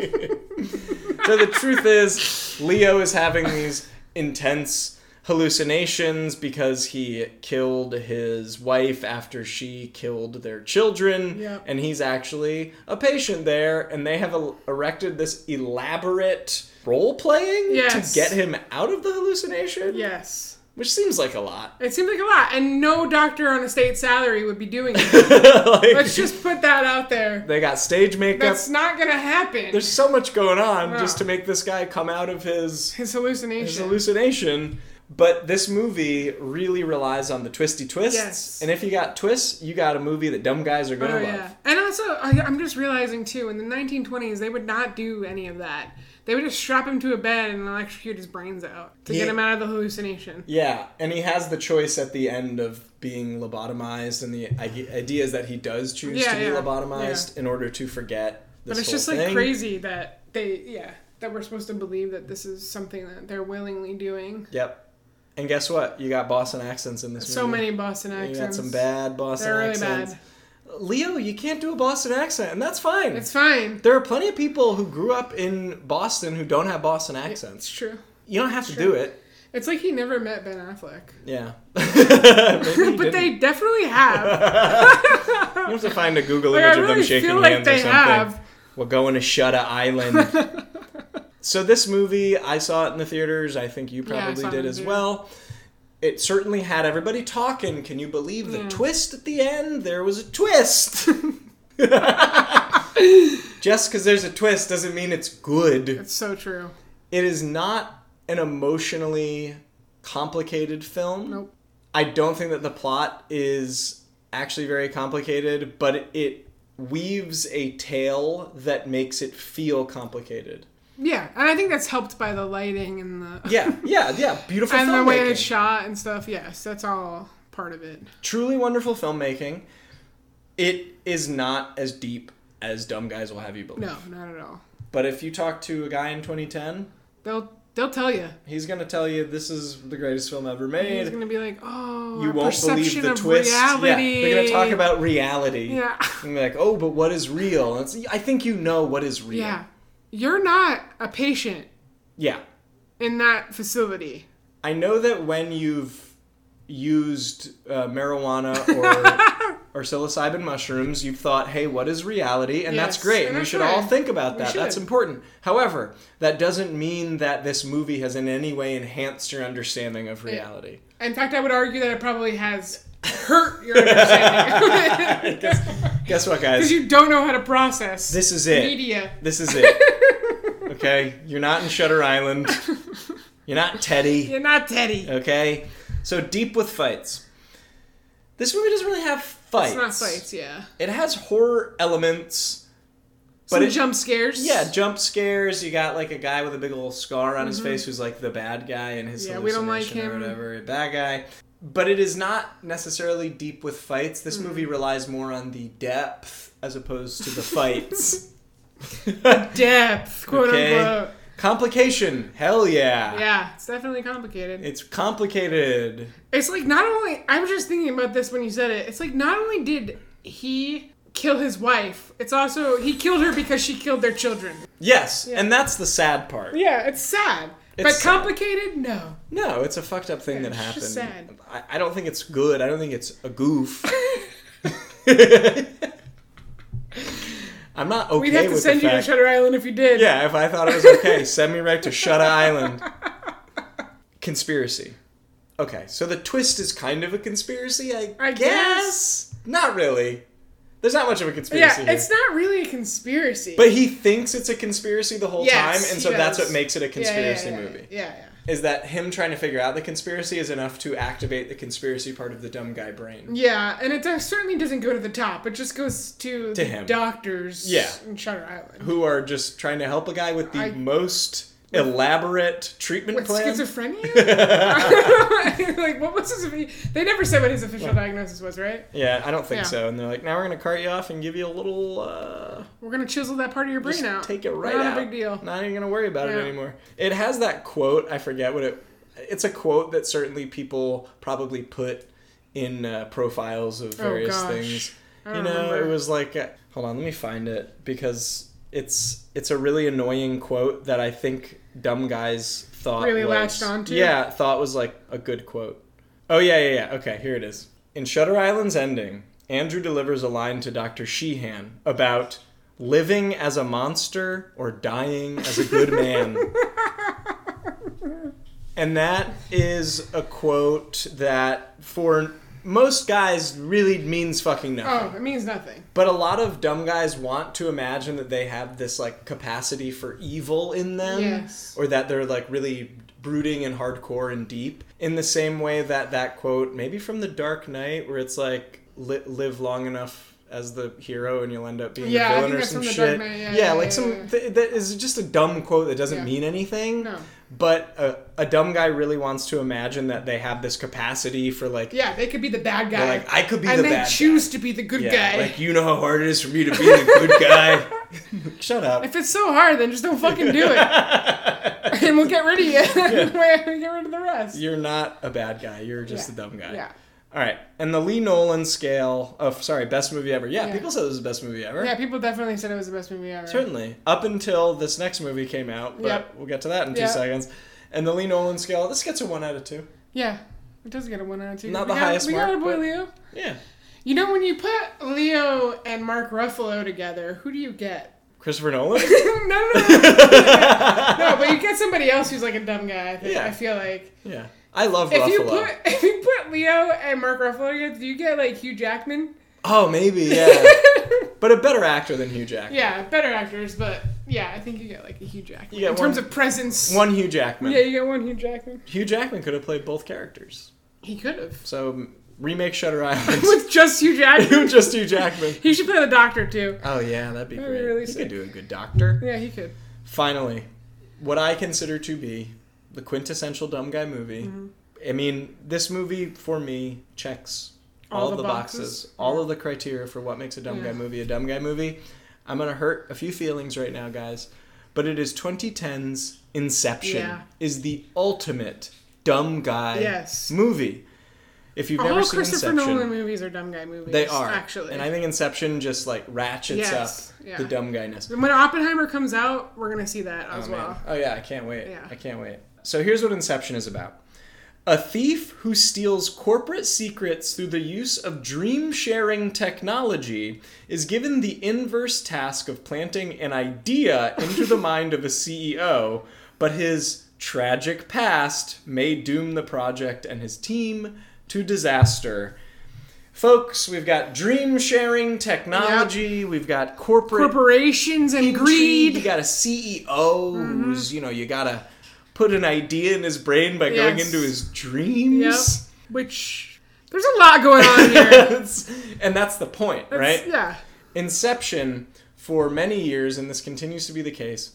S2: so the truth is, Leo is having these intense hallucinations because he killed his wife after she killed their children,
S1: Yeah.
S2: and he's actually a patient there, and they have el- erected this elaborate role playing
S1: Yes.
S2: to get him out of the hallucination,
S1: yes.
S2: which seems like
S1: [laughs]
S2: a lot.
S1: It seems like a lot, and no doctor on a state salary would be doing
S2: [laughs]
S1: it.
S2: Like,
S1: Let's just put that out there.
S2: they got stage makeup.
S1: That's not gonna happen.
S2: There's so much going on
S1: Yeah.
S2: just to make this guy come out of his
S1: his hallucination.
S2: his hallucination. But this movie really relies on the twisty twists.
S1: Yes.
S2: And if you got twists, you got a movie that dumb guys are gonna
S1: Oh
S2: love.
S1: yeah, and also I, I'm just realizing too. In the 1920s, they would not do any of that. They would just strap him to a bed and electrocute his brains out to get
S2: Yeah.
S1: him out of the hallucination.
S2: Yeah, and he has the choice at the end of being lobotomized, and the i- idea is that he does choose
S1: Yeah,
S2: to be
S1: yeah,
S2: lobotomized in order to forget. This
S1: But it's
S2: whole
S1: just like
S2: thing.
S1: crazy that they, yeah, that we're supposed to believe that this is something that they're willingly doing.
S2: Yep. And guess what? You got Boston accents in this
S1: So
S2: movie.
S1: many Boston
S2: You
S1: accents.
S2: got some bad Boston
S1: They're really
S2: accents.
S1: bad.
S2: Leo, you can't do a Boston accent, and that's fine.
S1: It's fine.
S2: There are plenty of people who grew up in Boston who don't have Boston
S1: It's
S2: accents.
S1: true.
S2: You don't have to do
S1: true.
S2: it.
S1: It's like he never met Ben Affleck. [laughs]
S2: Yeah. Maybe you
S1: but they
S2: [laughs]
S1: definitely have.
S2: You have to find a Google
S1: Like,
S2: image
S1: I
S2: of them
S1: really
S2: shaking
S1: feel like
S2: hands or
S1: they
S2: something.
S1: have.
S2: We're going to Shutter Island.
S1: [laughs]
S2: so this movie, I saw it in the theaters. I think you
S1: Yeah, I
S2: probably
S1: saw it in
S2: did
S1: the
S2: as
S1: theater.
S2: well. It certainly had everybody talking. Can you believe the
S1: Mm.
S2: twist at the end? There was a
S1: [laughs]
S2: twist. [laughs] Just because there's a twist doesn't mean it's good.
S1: It's so true.
S2: It is not an emotionally complicated film.
S1: Nope.
S2: I don't think that the plot is actually very complicated, but it weaves a tale that makes it feel complicated.
S1: Yeah, and I think that's helped by the lighting and the
S2: Yeah, yeah, yeah. Beautiful
S1: and the way
S2: filmmaking.
S1: it's shot and stuff. Yes, that's all part of it.
S2: Truly wonderful filmmaking. It is not as deep as dumb guys will have you believe.
S1: No, not at all.
S2: But if you talk to a guy in 2010,
S1: They'll they'll tell you.
S2: he's going to tell you this is the greatest film ever
S1: He's
S2: made.
S1: gonna be like, oh,
S2: You
S1: our
S2: won't believe
S1: perception
S2: the
S1: of
S2: twist.
S1: Reality.
S2: Yeah, they're going to talk about reality.
S1: Yeah. [laughs]
S2: And be like, oh, but what is real? And it's, I think you know what is real.
S1: Yeah, you're not a patient
S2: Yeah.
S1: in that facility.
S2: I know that when you've used uh, marijuana
S1: [laughs]
S2: or or psilocybin mushrooms, you've thought, "Hey, what is reality?" And that's
S1: Yes,
S2: great.
S1: and
S2: we
S1: that's
S2: should
S1: right.
S2: all think about
S1: We
S2: that. That's
S1: should.
S2: important. However, that doesn't mean that this movie has in any way enhanced your understanding of reality.
S1: In fact, I would argue that it probably has hurt
S2: [laughs]
S1: your understanding [laughs]
S2: Guess what,
S1: because
S2: guys?
S1: you don't know how to process
S2: This is it.
S1: media. [laughs]
S2: This is it. Okay, you're not in
S1: [laughs]
S2: Shutter Island. You're not Teddy.
S1: You're not Teddy.
S2: Uh, Okay, so deep with fights. This movie doesn't really have fights.
S1: It's not fights. Yeah,
S2: It has horror elements. But
S1: some
S2: it-
S1: jump scares.
S2: Yeah, jump scares. You got like a guy with a big old scar on his face who's like the bad guy and his
S1: Mm-hmm. Yeah, we
S2: hallucination
S1: don't like
S2: or
S1: him.
S2: whatever, a bad guy. But it is not necessarily deep with fights. This movie
S1: Mm-hmm.
S2: relies more on the depth as opposed to
S1: [laughs]
S2: the fights. [laughs]
S1: depth, quote
S2: Okay.
S1: unquote.
S2: Complication. Hell yeah.
S1: Yeah, it's definitely complicated.
S2: It's complicated.
S1: It's like not only I was just thinking about this when you said it. It's like not only did he kill his wife, it's also he killed her because she killed their children.
S2: Yes, and that's the sad part.
S1: Yeah, it's sad. but
S2: It's sad.
S1: complicated? No.
S2: No, it's a fucked up thing that
S1: it's
S2: happened.
S1: just sad.
S2: I, I don't think it's good. I don't think it's
S1: [laughs]
S2: a goof. [laughs] I'm not okay
S1: We'd have to
S2: with
S1: send
S2: the
S1: you to
S2: fact.
S1: Shutter Island if you did.
S2: [laughs] yeah, if I thought it was okay, send me right
S1: [laughs]
S2: to Shutter Island. Conspiracy. Okay, so the twist is kind of a conspiracy, I,
S1: I
S2: guess. Not really. There's not much of a
S1: Yeah,
S2: conspiracy here.
S1: it's not really a conspiracy.
S2: But he thinks it's a conspiracy the whole
S1: Yes,
S2: time, and
S1: he
S2: so that's
S1: does.
S2: what makes it a
S1: Yeah, yeah,
S2: conspiracy
S1: yeah, yeah,
S2: movie
S1: Yeah, yeah.
S2: is that him trying to figure out the conspiracy is enough to activate the conspiracy part of the dumb guy brain.
S1: Yeah, and it does- certainly doesn't go to the top. It just goes to, the
S2: him.
S1: doctors
S2: Yeah.
S1: in Shutter Island.
S2: Who are just trying to help a guy with the
S1: I-
S2: most elaborate treatment
S1: With
S2: plan. [laughs]
S1: schizophrenia? [laughs] like, what was his? They never said what his official diagnosis was, right?
S2: yeah, I don't think
S1: Yeah.
S2: so. And they're like, now we're gonna cart you off and give you a little uh
S1: We're gonna chisel that part of your brain
S2: just
S1: out.
S2: take it right
S1: Not
S2: out.
S1: a big deal.
S2: Not even gonna worry about it
S1: Yeah.
S2: anymore. It has that quote, I forget what it it's a quote that certainly people probably put in uh, profiles of various
S1: Oh, gosh.
S2: things.
S1: I
S2: you
S1: don't
S2: know
S1: remember.
S2: it was like uh, hold on let me find it because it's it's a really annoying quote that i think dumb guys thought
S1: Really
S2: was,
S1: latched onto?
S2: yeah thought was like a good quote oh yeah yeah yeah okay here it is in shutter island's ending andrew delivers a line to dr sheehan about living as a monster or dying as a
S1: [laughs]
S2: good man and that is a quote that for most guys really means fucking nothing
S1: Oh, it means nothing.
S2: but a lot of dumb guys want to imagine that they have this like capacity for evil in them,
S1: Yes.
S2: or that they're like really brooding and hardcore and deep. In the same way that that quote, maybe from The Dark Knight, where it's like li- "live long enough as the hero and you'll end up being
S1: Yeah, I
S2: the
S1: think
S2: villain" or
S1: that's
S2: some
S1: from The
S2: shit.
S1: Dark Knight, yeah, yeah,
S2: like
S1: yeah,
S2: some
S1: yeah.
S2: Th- that is just a dumb quote that doesn't
S1: Yeah.
S2: mean anything.
S1: No.
S2: But a, a dumb guy really wants to imagine that they have this capacity for like,
S1: Yeah, they could be the bad guy.
S2: like I could be
S1: and
S2: the
S1: they
S2: bad guy.
S1: choose to be the good
S2: Yeah,
S1: guy.
S2: like you know how hard it is for me to be a
S1: [laughs]
S2: good guy. Shut up.
S1: if it's so hard, then just don't fucking
S2: [laughs]
S1: do it. and we'll get rid of [laughs] you. we get rid of the rest.
S2: You're not a bad guy. You're just
S1: Yeah.
S2: a dumb guy.
S1: Yeah.
S2: All right. And the Lee Nolan scale of sorry, best movie ever. Yeah,
S1: Yeah.
S2: people said it was the best movie ever.
S1: Yeah, people definitely said it was the best movie ever.
S2: Certainly. Up until this next movie came out, but
S1: Yep.
S2: we'll get to that in two
S1: Yep.
S2: seconds. And the Lee Nolan scale, this gets a one out of two.
S1: Yeah. It does get a one out of two.
S2: Not
S1: we
S2: the
S1: got,
S2: highest
S1: We
S2: mark,
S1: got a boy
S2: but-
S1: Leo.
S2: Yeah.
S1: You know when you put Leo and Mark Ruffalo together, who do you get?
S2: Christopher
S1: [laughs]
S2: Nolan? [laughs]
S1: no, no, no, no. no, but you get somebody else who's like a dumb guy. I, think,
S2: Yeah.
S1: I feel like
S2: yeah. I love
S1: if
S2: Ruffalo.
S1: you put if you put Leo and Mark Ruffalo together, do you get like Hugh Jackman?
S2: oh, maybe, yeah. but a better actor than Hugh Jackman.
S1: [laughs] Yeah, better actors, but yeah, I think you get like a Hugh Jackman
S2: You get
S1: in terms
S2: one-
S1: of presence.
S2: One Hugh Jackman.
S1: Yeah, you get one Hugh Jackman.
S2: Hugh Jackman could have played both characters.
S1: He could have [laughs]
S2: So remake Shutter Island. [laughs]
S1: with just Hugh
S2: You
S1: Jackman.
S2: just Hugh Jackman.
S1: he should play the Doctor too.
S2: Oh yeah, that'd be
S1: That'd
S2: great.
S1: be really
S2: you could
S1: sick.
S2: do a good doctor.
S1: Yeah, he could.
S2: Finally, what I consider to be the quintessential dumb guy movie.
S1: Mm-hmm.
S2: I mean, this movie for me checks all,
S1: All
S2: of
S1: the
S2: the boxes.
S1: boxes.
S2: all of the criteria for what makes a dumb guy
S1: Yeah.
S2: movie a dumb guy movie. I'm gonna hurt a few feelings right now, guys, but it is 2010's Inception
S1: Yeah.
S2: is the ultimate dumb guy
S1: Yes.
S2: movie. If you've
S1: All
S2: never seen
S1: Christopher
S2: Inception,
S1: Nolan movies are dumb guy movies.
S2: they are
S1: actually.
S2: and I think Inception just like ratchets
S1: Yes,
S2: up
S1: yeah.
S2: the dumb guyness.
S1: when Oppenheimer comes out, we're gonna see that as
S2: Oh, man.
S1: well.
S2: Oh yeah, I can't wait.
S1: Yeah.
S2: I can't wait. So here's what Inception is about. A thief who steals corporate secrets through the use of dream sharing technology is given the inverse task of planting an idea into the mind of a CEO, but his tragic past may doom the project and his team to disaster. Folks, we've got dream sharing technology, we've got corporate
S1: Corporations and
S2: greed. You
S1: greed.
S2: got a CEO
S1: Mm-hmm.
S2: who's, you know, you gotta put an idea in his brain by going
S1: Yes.
S2: into his
S1: Yep.
S2: dreams.
S1: Which there's a lot going on
S2: [laughs]
S1: here. [laughs]
S2: It's- and that's the point,
S1: That's-
S2: right?
S1: Yeah.
S2: Inception, for many years, and this continues to be the case,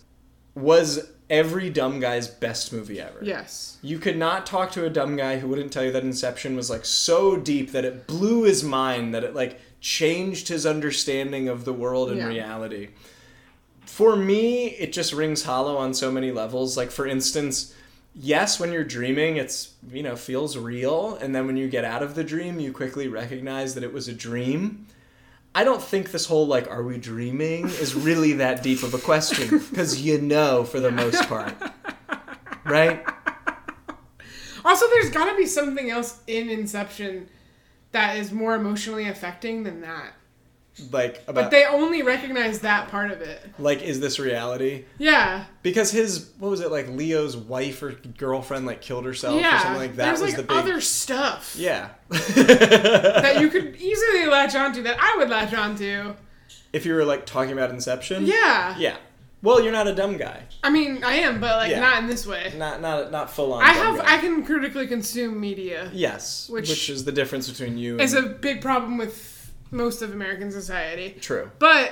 S2: was every dumb guy's best movie ever.
S1: Yes.
S2: You could not talk to a dumb guy who wouldn't tell you that Inception was like so deep that it blew his mind, that it like changed his understanding of the world and
S1: Yeah.
S2: reality. For me, it just rings hollow on so many levels. Like for instance, yes, when you're dreaming, it's you know feels real, and then when you get out of the dream, you quickly recognize that it was a dream. I don't think this whole like are we dreaming is really that deep of a question because you know for the most part. Right?
S1: Also, there's got to be something else in Inception that is more emotionally affecting than that.
S2: like about
S1: But they only recognize that part of it.
S2: like is this reality
S1: Yeah.
S2: because his what was it like leo's wife or girlfriend like killed herself
S1: Yeah.
S2: or something like that
S1: there's
S2: was
S1: Oh, like
S2: the big
S1: other stuff
S2: yeah
S1: that you could easily latch onto that I would latch onto.
S2: [laughs] if you were like talking about inception
S1: Mm-hmm. Yeah.
S2: yeah well you're not a dumb guy
S1: I mean, I am, but like
S2: Yeah.
S1: not in this way.
S2: not not not full on
S1: I
S2: dumb
S1: have
S2: guy.
S1: I can critically consume media.
S2: yes which,
S1: which-
S2: is the difference between you and
S1: It's a big problem with most of American society.
S2: true
S1: But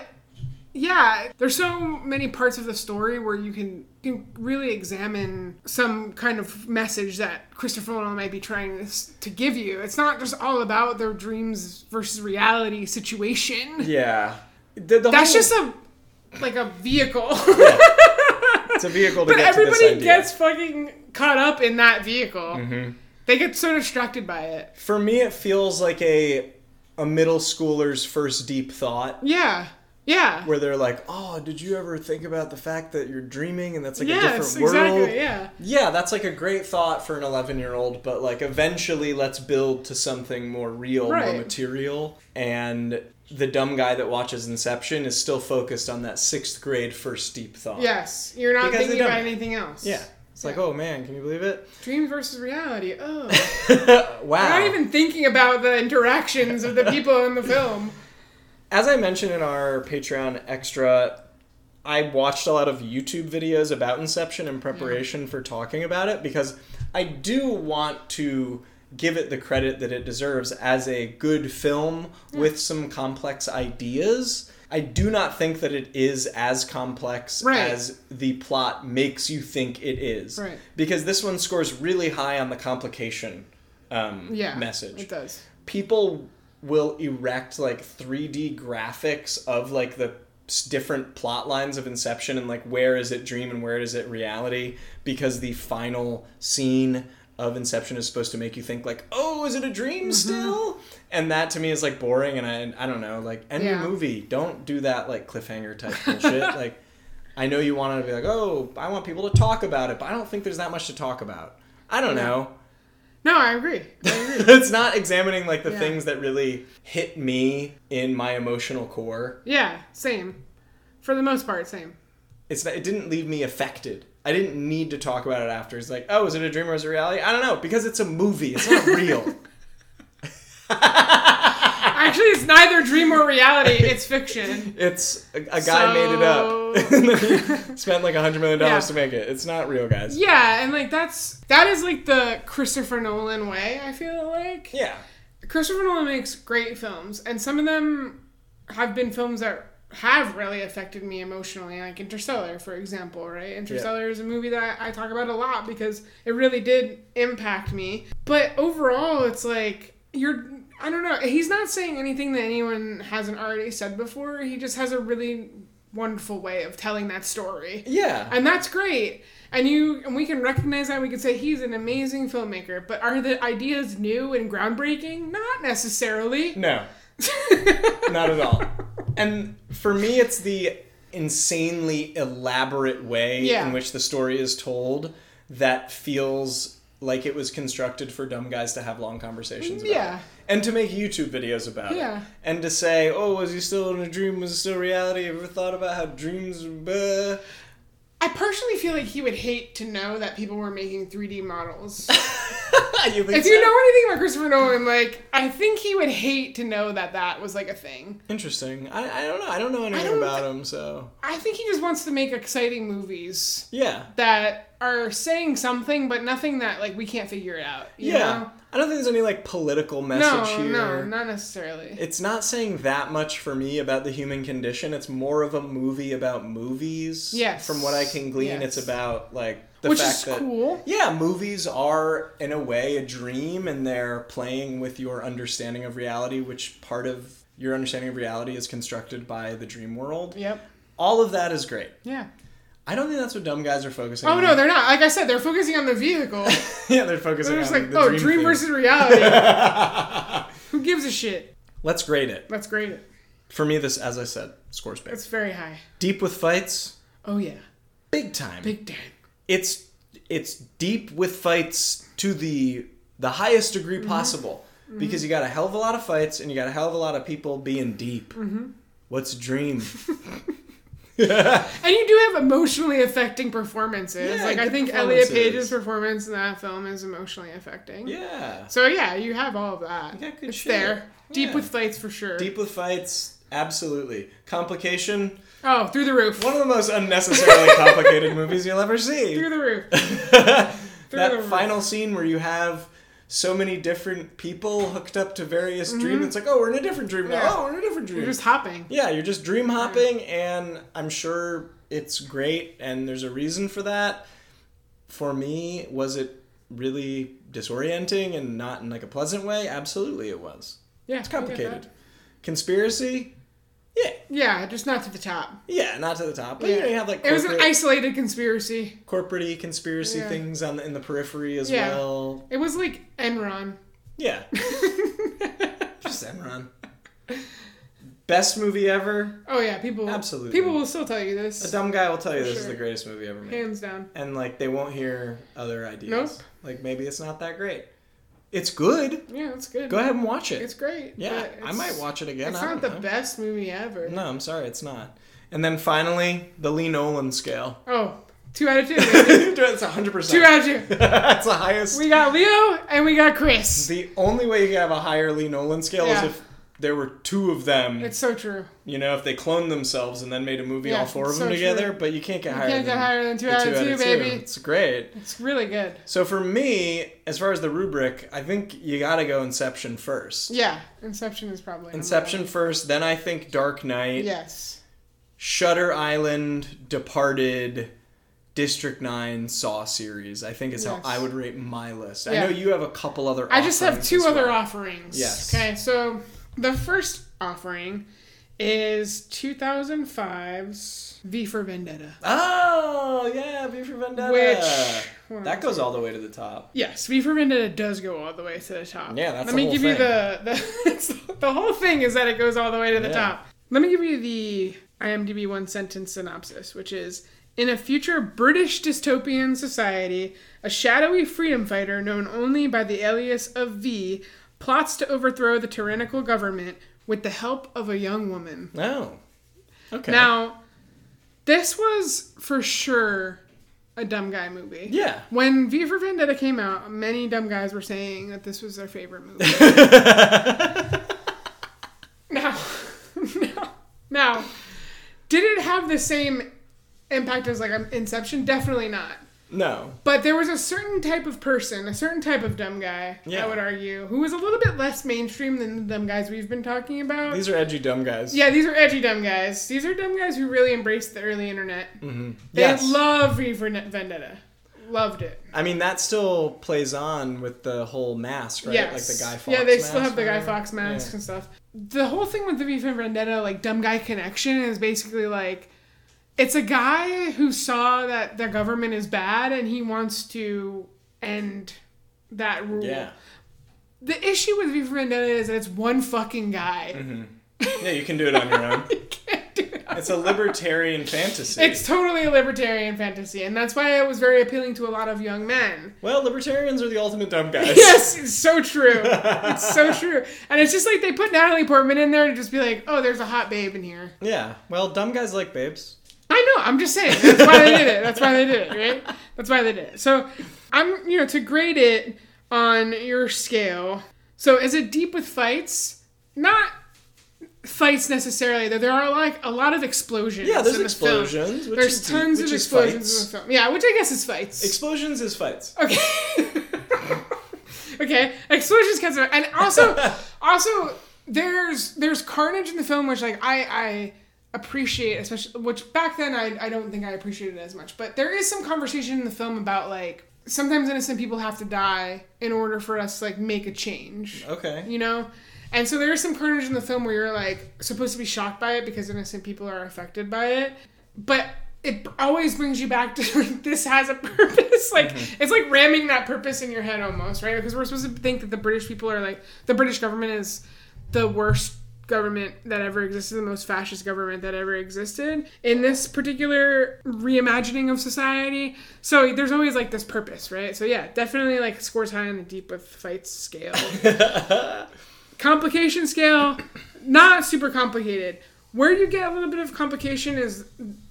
S1: yeah, there's so many parts of the story where you can, can really examine some kind of message that Christopher Nolan might be trying to, s- to give you. It's not just all about their dreams versus reality situation.
S2: yeah the, the
S1: That's
S2: whole-
S1: just a like a [laughs] vehicle.
S2: yeah. it's a vehicle to
S1: but
S2: get to this
S1: everybody
S2: idea.
S1: gets fucking caught up in that vehicle.
S2: Mm-hmm.
S1: They get so distracted by it.
S2: for me it feels like a a middle schooler's first deep thought
S1: Yeah. Yeah.
S2: where they're like, "Oh, did you ever think about the fact that you're dreaming and that's like
S1: yes,
S2: a different world?"
S1: exactly. Yeah.
S2: Yeah, that's like a great thought for an 11-year-old, but like eventually let's build to something more real, more
S1: Right.
S2: material. And the dumb guy that watches Inception is still focused on that 6th grade first deep thought.
S1: Yes. You're not
S2: Because they
S1: thinking about
S2: don't.
S1: anything else.
S2: Yeah. It's like,
S1: Yeah.
S2: "Oh man, can you believe it?" [laughs]
S1: Dreams versus reality. Oh,
S2: wow.
S1: I'm
S2: Oh.
S1: not even thinking about the interactions of the people in the film.
S2: As I mentioned in our Patreon extra, I watched a lot of YouTube videos about Inception in preparation for talking about it because I do want to give it the credit that it deserves as a good film with some complex ideas. I do not think that it is as complex
S1: Right.
S2: as the plot makes you think it is.
S1: Right.
S2: Because this one scores really high on the complication um,
S1: Yeah,
S2: message
S1: It does.
S2: people will erect like 3D graphics of like the s- different plot lines of Inception and like where is it dream and where is it reality because the final scene of Inception is supposed to make you think like, oh, is it a dream still? And that to me is like boring and I, and I don't know, like end your
S1: Yeah.
S2: movie. Don't do that like cliffhanger type bullshit. like I know you want to be like, oh, I want people to talk about it, but I don't think there's that much to talk about. I don't know
S1: No, I agree.
S2: [laughs] it's not examining like the
S1: Yeah.
S2: things that really hit me in my emotional core.
S1: Yeah, same. For the most part, same.
S2: It's not, it didn't leave me affected. I didn't need to talk about it after. It's like, oh, is it a dream or is it reality? I don't know because it's a movie. It's
S1: [laughs]
S2: not real. [laughs]
S1: Actually, it's neither dream or reality. It's fiction.
S2: it's a, a guy made it up.
S1: So-
S2: And then he [laughs] spent like a hundred million dollars
S1: Yeah.
S2: to make it. It's not real, guys.
S1: Yeah, and like that's that is like the Christopher Nolan way. I feel like.
S2: Yeah.
S1: Christopher Nolan makes great films, and some of them have been films that have really affected me emotionally, like Interstellar, for example, right? Interstellar is a movie that I talk about a lot because it really did impact me. But overall, it's like you're I don't know, he's not saying anything that anyone hasn't already said before. He just has a really wonderful way of telling that story.
S2: Yeah.
S1: And that's great. And you and we can recognize that we can say he's an amazing filmmaker, but are the ideas new and groundbreaking? Not necessarily. [laughs]
S2: No, not at all. And for me, it's the insanely elaborate way
S1: Yeah.
S2: in which the story is told that feels like it was constructed for dumb guys to have long conversations about.
S1: Yeah.
S2: And to make YouTube videos about
S1: Yeah.
S2: it. And to say, oh, was you still in a dream? Was it still reality? Have you ever thought about how dreams. Blah?
S1: I personally feel like he would hate to know that people were making 3D
S2: [laughs]
S1: models.
S2: [laughs] you think
S1: if you
S2: so?
S1: know anything about Christopher Nolan, like I think he would hate to know that that was like a thing.
S2: Interesting. I, I don't know. I don't know anything
S1: don't
S2: about him, so.
S1: I think he just wants to make exciting movies
S2: Yeah.
S1: that are saying something, but nothing that like we can't figure it out. you
S2: Yeah. I don't think there's any, like, political
S1: know?
S2: message
S1: No,
S2: here.
S1: no, not necessarily.
S2: it's not saying that much for me about the human condition. It's more of a movie about movies.
S1: Yes.
S2: From what I can glean,
S1: Yes.
S2: it's about like the
S1: Which
S2: fact
S1: is
S2: that
S1: cool.
S2: yeah, movies are in a way a dream, and they're playing with your understanding of reality, which part of your understanding of reality is constructed by the dream world.
S1: Yep.
S2: All of that is great.
S1: Yeah.
S2: I don't think that's what dumb guys are focusing.
S1: Oh
S2: on.
S1: no, they're not. Like I said, they're focusing on the vehicle.
S2: [laughs] yeah, they're focusing
S1: They're just
S2: on
S1: like,
S2: the
S1: oh,
S2: dream,
S1: dream,
S2: thing.
S1: versus reality.
S2: [laughs]
S1: Who gives a shit?
S2: Let's grade it.
S1: Let's grade it.
S2: For me, this, as I said, scores big.
S1: That's very high.
S2: Deep with fights,
S1: Oh yeah,
S2: big time.
S1: big time.
S2: it's it's deep with fights to the the highest degree
S1: Mm-hmm.
S2: possible because you got a hell of a lot of fights and you got a hell of a lot of people being deep.
S1: Mm-hmm.
S2: What's
S1: [laughs]
S2: a dream? [laughs]
S1: And you do have emotionally affecting performances.
S2: Yeah,
S1: like I
S2: good
S1: think Elliot
S2: performances.
S1: Page's performance in that film is emotionally affecting.
S2: yeah,
S1: So yeah, you have all of that.
S2: got good
S1: it's
S2: shit.
S1: there. Deep
S2: Yeah.
S1: with fights for sure.
S2: deep with fights. Absolutely. Complication,
S1: Oh, through the roof.
S2: one of the
S1: [laughs]
S2: most unnecessarily complicated movies you'll ever see.
S1: Through the roof.
S2: [laughs]
S1: the
S2: that
S1: roof.
S2: final scene where you have so many different people hooked up to various dreams. It's like, oh, we're in a different dream now.
S1: Mm-hmm. Yeah.
S2: Oh, we're in a different dream.
S1: You're just hopping.
S2: Yeah, you're just dream hopping, and I'm sure it's great, and there's a reason for that. For me, was it really disorienting and not in like a pleasant way? Absolutely, it was.
S1: Yeah.
S2: It's
S1: I get
S2: complicated.
S1: that.
S2: Conspiracy? Yeah,
S1: Yeah, just not to the top.
S2: yeah, not to the top, but you know you have like
S1: it was
S2: corporate,
S1: an isolated conspiracy.
S2: corporate-y conspiracy
S1: Yeah.
S2: things on the, in the periphery as
S1: Yeah.
S2: well.
S1: It was like
S2: [laughs]
S1: Enron. [laughs]
S2: Yeah, just Enron. Best movie ever.
S1: oh yeah, people
S2: Absolutely.
S1: people will still tell you
S2: A
S1: this.
S2: dumb guy will tell you this is
S1: sure.
S2: the greatest movie ever made.
S1: Hands down.
S2: and like they won't hear other ideas.
S1: Nope.
S2: Like maybe it's not that great. It's good.
S1: Yeah, it's good.
S2: Go ahead and watch it.
S1: It's great.
S2: yeah,
S1: but
S2: I
S1: it's-
S2: might watch it again.
S1: It's
S2: I
S1: not
S2: don't
S1: the
S2: know.
S1: best movie ever.
S2: No, I'm sorry, it's not. And then finally, the Lee Nolan scale.
S1: [laughs] Oh, two out of two.
S2: [laughs]
S1: baby.
S2: it's hundred
S1: two
S2: percent.
S1: out of two.
S2: [laughs] That's the highest.
S1: We got Leo and we got Chris.
S2: the only way you can have a higher Lee Nolan scale
S1: Yeah.
S2: is if there were two of them.
S1: It's so true.
S2: you know, if they cloned themselves and then made a movie
S1: Yeah,
S2: all four of
S1: so
S2: them
S1: true.
S2: together. But you can't get higher.
S1: Can't
S2: than
S1: get higher than two
S2: the
S1: out of two, baby.
S2: It's great.
S1: It's really good.
S2: So for me, as far as the rubric, I think you gotta go Inception first.
S1: Yeah, Inception is probably number
S2: Inception first, then I think Dark
S1: one.
S2: Knight,
S1: Yes.
S2: Shutter Island, Departed, District Nine, Saw series. I think is
S1: Yes.
S2: how I would rate my list.
S1: Yeah.
S2: I know you have a couple other.
S1: I just have
S2: offerings
S1: two
S2: as
S1: other
S2: well.
S1: offerings.
S2: Yes.
S1: Okay, so the first offering is 2005's V for Vendetta.
S2: Oh yeah, V for Vendetta.
S1: Which- hold
S2: that goes all the way to the top.
S1: Yes, V for Vendetta does go all the way to the top.
S2: Yeah, that's
S1: Let
S2: the
S1: me
S2: whole
S1: give you
S2: thing.
S1: the the, [laughs] it's the the whole thing is that it goes all the way to the
S2: Yeah.
S1: top. Let me give you the IMDb one sentence synopsis, which is. In a future British dystopian society, a shadowy freedom fighter known only by the alias of V plots to overthrow the tyrannical government with the help of a young woman.
S2: Oh. Okay.
S1: Now, this was for sure a dumb guy movie.
S2: Yeah. [laughs]
S1: When V for Vendetta came out, many dumb guys were saying that this was their favorite movie.
S2: [laughs]
S1: now, now, now, did it have the same impact as like Inception? Definitely not.
S2: No.
S1: But there was a certain type of person, a certain type of dumb guy,
S2: Yeah.
S1: I would argue, who was a little bit less mainstream than the dumb guys we've been talking about.
S2: These are edgy dumb guys.
S1: yeah, these are edgy dumb guys. These are dumb guys who really embraced the early internet. They
S2: Mm. Yes.
S1: love V for Net- Vendetta. Loved it.
S2: I mean, that still plays on with the whole mask, right?
S1: Yes.
S2: Like the Guy Fox
S1: Yeah, they
S2: mask,
S1: still have the Guy
S2: right?
S1: Fox mask
S2: Yeah.
S1: and stuff. The whole thing with the V for Vendetta, like dumb guy connection, is basically like it's a guy who saw that the government is bad and he wants to end that rule.
S2: Yeah.
S1: The issue with V for Vendetta is that it's one fucking guy.
S2: Mm-hmm.
S1: [laughs]
S2: Yeah, you can do it on your own.
S1: You can't do it.
S2: It's a libertarian fantasy.
S1: It's totally a libertarian fantasy, and that's why it was very appealing to a lot of young
S2: [laughs]
S1: men.
S2: well, libertarians are the ultimate dumb guys.
S1: Yes, it's so true. It's so true. And it's just like they put Natalie Portman in there to just be like, oh, there's a hot babe in here.
S2: [laughs] Yeah. Well, dumb guys like babes.
S1: I know. I'm just saying. That's why they did it. That's why they did it, right? That's why they did it. So, I'm, you know, to grade it on your scale. So, is it deep with fights? Not fights necessarily. Though there are like a lot of explosions.
S2: Yeah, there's
S1: in the film.
S2: explosions. Which
S1: There's
S2: is deep,
S1: tons
S2: which
S1: of
S2: is
S1: explosions in the
S2: Fights.
S1: film. Yeah, which I guess is fights.
S2: Explosions is fights.
S1: Okay. okay. Explosions kinds of and also also there's there's carnage in the film which like I I appreciate especially which back then I I don't think I appreciated it as much. But there is some conversation in the film about like sometimes innocent people have to die in order for us to like make a change.
S2: Okay. [laughs]
S1: You know? And so there is some carnage in the film where you're like supposed to be shocked by it because innocent people are affected by it. But it always brings you back to [laughs] like, this has a purpose. Like it's like ramming that purpose in your head almost, right? Because we're supposed to think that the British people are like the British government is the worst government that ever existed, the most fascist government that ever existed in this particular reimagining of society. So there's always like this purpose, right? So yeah, definitely like scores high on the deep with fights scale complication scale not super complicated where you get a little bit of complication is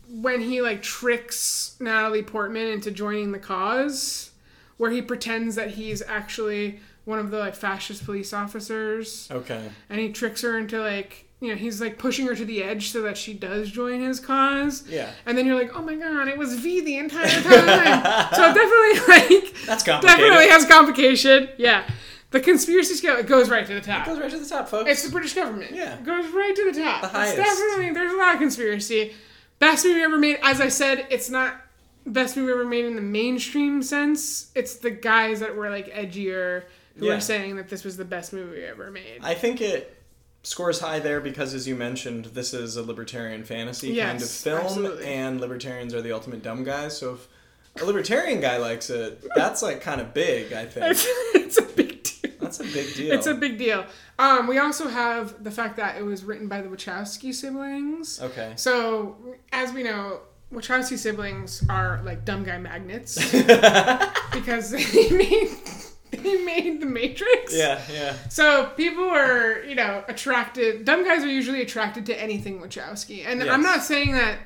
S1: when he like tricks natalie portman into joining the cause where he pretends that he's actually one of the like fascist police officers
S2: Okay.
S1: and he tricks her into like you know he's like pushing her to the edge so that she does join his cause
S2: Yeah.
S1: and then you're like oh my god it was v the entire time
S2: [laughs]
S1: so it definitely like
S2: That's complicated.
S1: definitely has complication yeah the conspiracy scale it goes right to the top
S2: Goes right to the top, folks.
S1: it's the British government.
S2: Yeah.
S1: It goes right to the top.
S2: The
S1: It's
S2: highest.
S1: definitely there's a lot of conspiracy. Best movie ever made. As I said, it's not best movie ever made in the mainstream sense. It's the guys that were like edgier who
S2: Yeah.
S1: were saying that this was the best movie ever made.
S2: I think it scores high there because, as you mentioned, this is a libertarian fantasy kind of
S1: Yes,
S2: film,
S1: absolutely.
S2: and libertarians are the ultimate dumb guys. So if a libertarian guy likes it, that's like kind of big. I think
S1: [laughs] it's, it's a big deal.
S2: that's a big
S1: [laughs]
S2: deal.
S1: It's a big deal. Um, we also have the fact that it was written by the Wachowski siblings.
S2: okay.
S1: So, as we know, Wachowski siblings are like dumb guy
S2: [laughs]
S1: magnets. because [laughs] they made they made the Matrix.
S2: Yeah, yeah.
S1: So people are, you know, attracted. Dumb guys are usually attracted to anything Wachowski, and I'm
S2: Yes.
S1: not saying that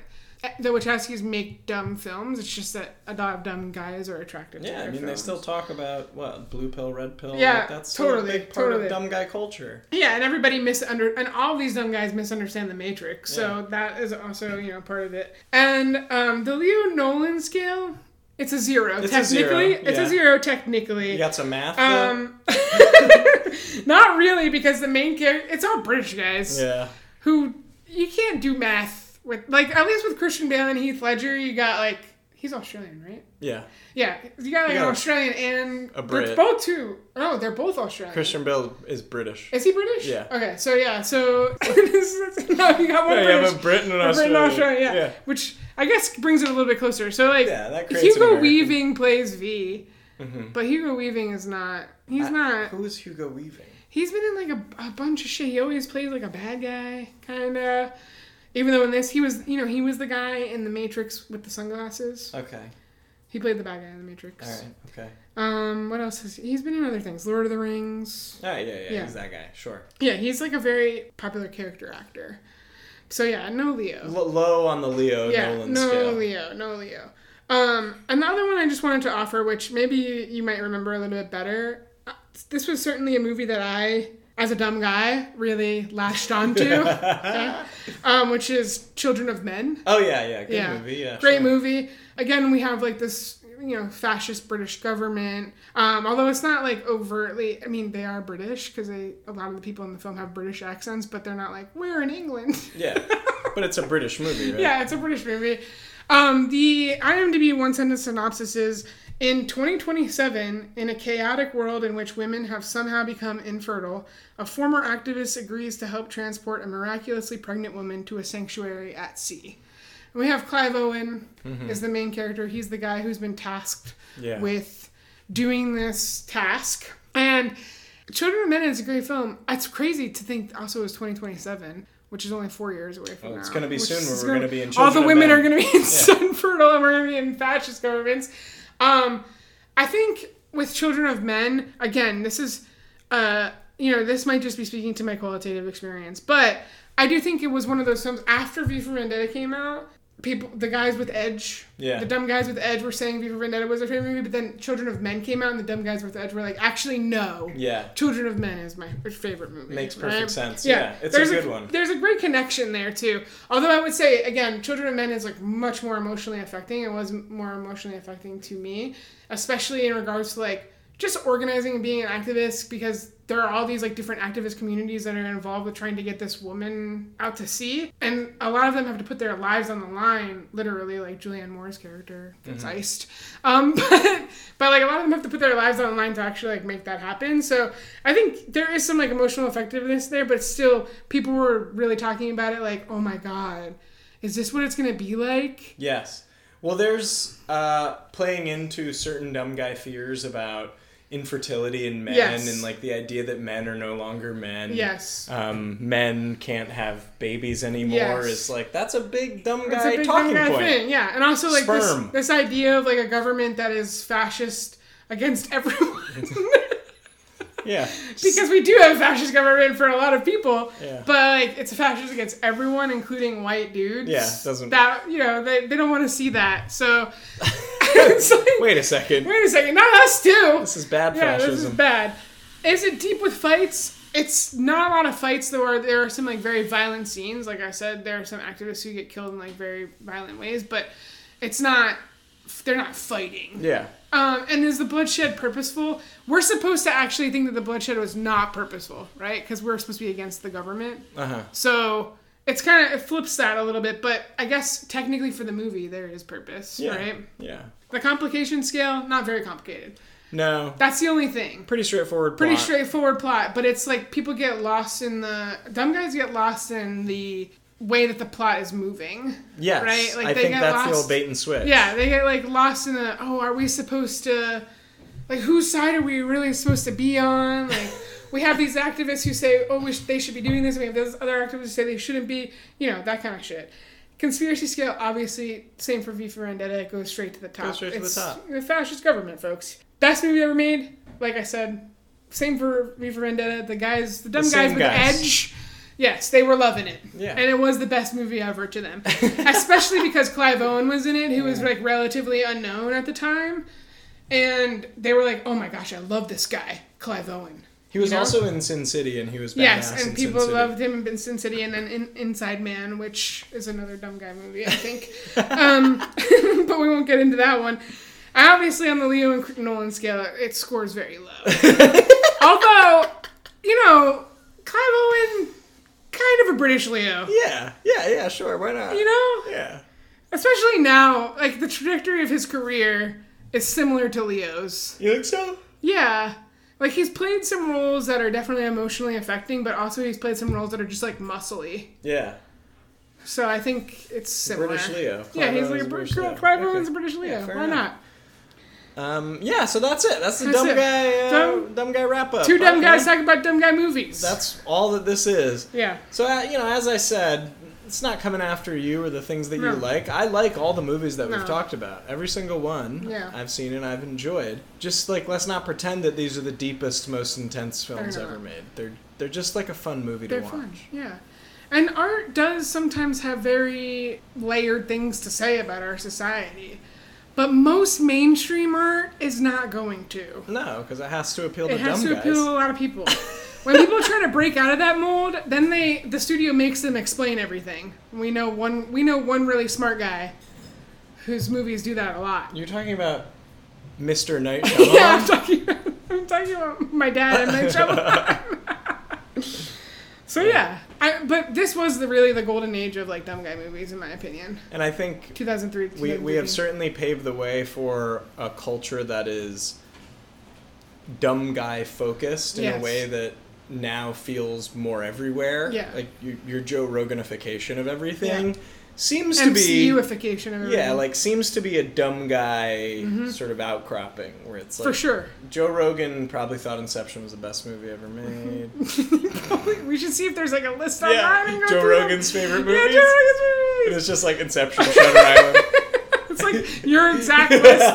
S1: the Wachowskis make dumb films. It's just that a lot of dumb guys are attracted. to
S2: Yeah, I
S1: their
S2: mean, they
S1: films.
S2: still talk about what blue pill, red pill.
S1: Yeah,
S2: like, that's still a
S1: totally,
S2: big part
S1: totally.
S2: of dumb guy culture.
S1: Yeah, and everybody misunder and all these dumb guys misunderstand the Matrix. So that is also you know part of it. And um, the Leo Nolan scale, it's a zero
S2: It's a zero,
S1: technically. It's
S2: yeah.
S1: a zero technically.
S2: You got some math. though?
S1: Um, [laughs] not really, because the main character—it's all British guys
S2: yeah.
S1: who you can't do math with. Like at least with Christian Bale and Heath Ledger, you got like he's Australian, right?
S2: Yeah.
S1: Yeah, you got like
S2: You
S1: an
S2: got a-
S1: Australian and
S2: a Brit.
S1: they're Both two. Oh, they're both Australian.
S2: Christian Bale is British.
S1: Is he British?
S2: Yeah.
S1: Okay, so yeah, so [laughs] this is- no, you got one
S2: Yeah,
S1: British.
S2: but Britain and
S1: one Brit and
S2: Australia.
S1: Australia, yeah.
S2: Yeah.
S1: Which I guess brings it a little bit closer. So like,
S2: Yeah, that creates an
S1: Hugo
S2: American. Mm-hmm.
S1: Weaving plays V, but Hugo Weaving is not. He's not.
S2: Who is Hugo Weaving?
S1: He's been in like a, a bunch of shit. He always plays like a bad guy, kind of. Even though in this he was, you know, he was the guy in the Matrix with the sunglasses.
S2: Okay.
S1: He played the bad guy in the Matrix.
S2: All right. Okay.
S1: Um, what else? Has, he's been in other things, Lord of the Rings.
S2: All right. Oh, Yeah, yeah.
S1: Yeah.
S2: He's that guy. Sure.
S1: Yeah, he's like a very popular character actor. So yeah, no Leo.
S2: L- low on the Leo
S1: yeah,
S2: Nolan
S1: no
S2: scale.
S1: Leo, no Leo. Um, another one I just wanted to offer, which maybe you, you might remember a little bit better. Uh, This was certainly a movie that I, as a dumb guy, really latched
S2: [laughs]
S1: onto, okay? um, which is Children of Men.
S2: Oh yeah, yeah, good
S1: yeah,
S2: movie. Yeah,
S1: great
S2: sure.
S1: movie. Again, we have like this you know fascist British government. Um, although it's not like overtly, I mean they are British because they a lot of the people in the film have British accents, but they're not like we're in England.
S2: Yeah. But it's a British movie, right?
S1: Yeah, it's a British movie. Um, the IMDb one sentence synopsis is In 2027, in a chaotic world in which women have somehow become infertile, a former activist agrees to help transport a miraculously pregnant woman to a sanctuary at sea. And we have Clive Owen is the main character. He's the guy who's been tasked
S2: Mm-hmm. Yeah.
S1: with doing this task. And Children of Men is a great film. It's crazy to think also it was 2027, which is only four years away from
S2: Oh,
S1: now.
S2: it's gonna be
S1: which
S2: soon
S1: is
S2: where we're
S1: gonna-
S2: gonna be in
S1: All
S2: Children
S1: the
S2: of
S1: women
S2: Men.
S1: are going to be in Sunfertile and we're going to be in fascist governments. Um, I think with Children of Men, again, this is, uh, you know, this might just be speaking to my qualitative experience, but I do think it was one of those films after V for Vendetta came out. People, the guys with Edge,
S2: Yeah.
S1: the dumb guys with Edge were saying V for Vendetta was their favorite movie, but then Children of Men came out, and the dumb guys with Edge were like, actually, no.
S2: Yeah.
S1: Children of Men is my favorite movie.
S2: Makes perfect sense. Yeah, it's a
S1: there's
S2: good one.
S1: There's a great connection there too. Although I would say again, Children of Men is like much more emotionally affecting. It was more emotionally affecting to me, especially in regards to like just organizing and being an activist because there are all these like different activist communities that are involved with trying to get this woman out to sea and a lot of them have to put their lives on the line literally like julianne moore's character gets
S2: Mm-hmm.
S1: iced um, [laughs] but, but like a lot of them have to put their lives on the line to actually like make that happen so i think there is some like emotional effectiveness there but still people were really talking about it like oh my god is this what it's gonna be like
S2: Yes. Well, there's uh, playing into certain dumb guy fears about infertility in men
S1: Yes.
S2: and like the idea that men are no longer men.
S1: yes
S2: Um, men can't have babies anymore
S1: Yes.
S2: is like that's a big dumb
S1: It's
S2: guy
S1: a big
S2: talking
S1: guy
S2: point.
S1: thing, yeah. And also like this,
S2: Sperm.
S1: this idea of like a government that is fascist against [laughs] everyone.
S2: [laughs] Yeah.
S1: because we do have a fascist government for a lot of people,
S2: Yeah.
S1: but like it's a fascist against everyone, including white dudes.
S2: Yeah, doesn't-
S1: that you know they, they don't want to see that.
S2: [laughs]
S1: So it's like wait.
S2: Wait a second.
S1: a second, not us too.
S2: This is bad
S1: yeah,
S2: fascism.
S1: this is bad. Is it deep with fights? It's not a lot of fights. There are there are some like very violent scenes. Like I said, there are some activists who get killed in like very violent ways, but it's not. They're not fighting.
S2: yeah.
S1: Um, and is the bloodshed purposeful? We're supposed to actually think that the bloodshed was not purposeful, right? Because we're supposed to be against the government.
S2: Uh-huh.
S1: So it's kind of it flips that a little bit, but I guess technically for the movie there is purpose,
S2: Yeah.
S1: right?
S2: Yeah.
S1: The complication scale not very complicated.
S2: No.
S1: That's the only thing.
S2: Pretty straightforward.
S1: Pretty
S2: plot.
S1: straightforward plot, but it's like people get lost in the dumb guys get lost in the way that the plot is moving.
S2: Yes.
S1: right? Like,
S2: I
S1: they
S2: think
S1: get
S2: that's the
S1: lost.
S2: old bait and switch.
S1: Yeah, they get like lost in the oh, are we supposed to like whose side are we really supposed to be on?
S2: [laughs]
S1: Like we have these activists who say oh we sh- they should be doing this, and we have those other activists who say they shouldn't be, you know that kind of shit. Conspiracy scale, obviously, same for V for Vendetta. It goes straight to the top.
S2: Goes straight to the
S1: It's
S2: top.
S1: The fascist government, folks. Best movie ever made. Like I said, same for V for Vendetta. The guys, the dumb
S2: The
S1: guys
S2: same
S1: with
S2: guys.
S1: edge. Yes, they were loving it.
S2: Yeah.
S1: And it was the best movie ever to
S2: [laughs]
S1: them. Especially because Clive Owen was in it, who was like relatively unknown at the time. And they were like, oh my gosh, I love this guy, Clive Owen.
S2: He was
S1: You know?
S2: also in Sin City and he was badass
S1: Yes,
S2: in
S1: and people
S2: Sin City. [laughs]
S1: loved him in Sin City and then in Inside Man, which is another dumb guy movie, I
S2: [laughs]
S1: think. um, [laughs] but we won't get into that one. Obviously, on the Leo and Nolan scale, it scores very
S2: [laughs]
S1: low. Although, you know, Clive Owen, kind of a British Leo.
S2: Yeah. Yeah, yeah, sure. Why not?
S1: You know?
S2: Yeah.
S1: Especially now, like the trajectory of his career is similar to Leo's.
S2: You think so?
S1: Yeah. Like he's played some roles that are definitely emotionally affecting, but also he's played some roles that are just like muscly.
S2: Yeah.
S1: So I think it's similar.
S2: British Leo.
S1: yeah,
S2: Clive
S1: he's
S2: Owen's
S1: like a
S2: a
S1: British
S2: British
S1: Leo.
S2: Leo.
S1: Clive
S2: Okay.
S1: Owen's a British Leo.
S2: Yeah, fair
S1: Why
S2: enough.
S1: not?
S2: Um, yeah, so that's it. That's the
S1: That's
S2: dumb
S1: it.
S2: guy uh,
S1: Dumb-
S2: dumb, guy wrap up.
S1: Two dumb guys talking about dumb guy movies.
S2: That's all that this is.
S1: yeah.
S2: So uh, you know, as I said, it's not coming after you or the things that
S1: No.
S2: you like. I like all the movies that
S1: No.
S2: we've talked about. Every single one
S1: Yeah.
S2: I've seen and I've enjoyed. Just like let's not pretend that these are the deepest, most intense films
S1: They're not.
S2: ever made. They're they're just like a fun movie
S1: They're
S2: to watch.
S1: fun. Yeah. And art does sometimes have very layered things to say about our society. But most mainstream art is not going to.
S2: No, because it has to appeal
S1: It
S2: to
S1: has
S2: dumb
S1: to
S2: guys.
S1: appeal to a lot of people. when people try to break out of that mold, then they the studio makes them explain everything. We know one we know one really smart guy whose movies do that a lot.
S2: You're talking about
S1: [laughs]
S2: Mr. Night Shyamalan.
S1: yeah, I'm talking, about, I'm talking about my dad and my trouble. [laughs] so yeah, I, but this was the really the golden age of like dumb guy movies, in my opinion.
S2: And I think
S1: 2003.
S2: we, we have
S1: 2013.
S2: certainly paved the way for a culture that is dumb guy focused in a
S1: Yes.
S2: way that now feels more everywhere.
S1: Yeah.
S2: Like your, your Joe Roganification of everything
S1: Yeah.
S2: seems to be.
S1: MCUification of everything.
S2: Yeah, like seems to be a dumb guy sort of outcropping where it's like
S1: Mm-hmm. for sure. [laughs]
S2: Joe Rogan probably thought Inception was the best movie
S1: [laughs]
S2: ever made.
S1: we should see if there's like a list online.
S2: yeah,
S1: and go
S2: Joe
S1: through them.
S2: Rogan's favorite
S1: Yeah, Joe
S2: movies.
S1: Rogan's
S2: and
S1: favorite movies.
S2: it's just like Inception, Shutter Island.
S1: It's like your exact
S2: [laughs]
S1: list.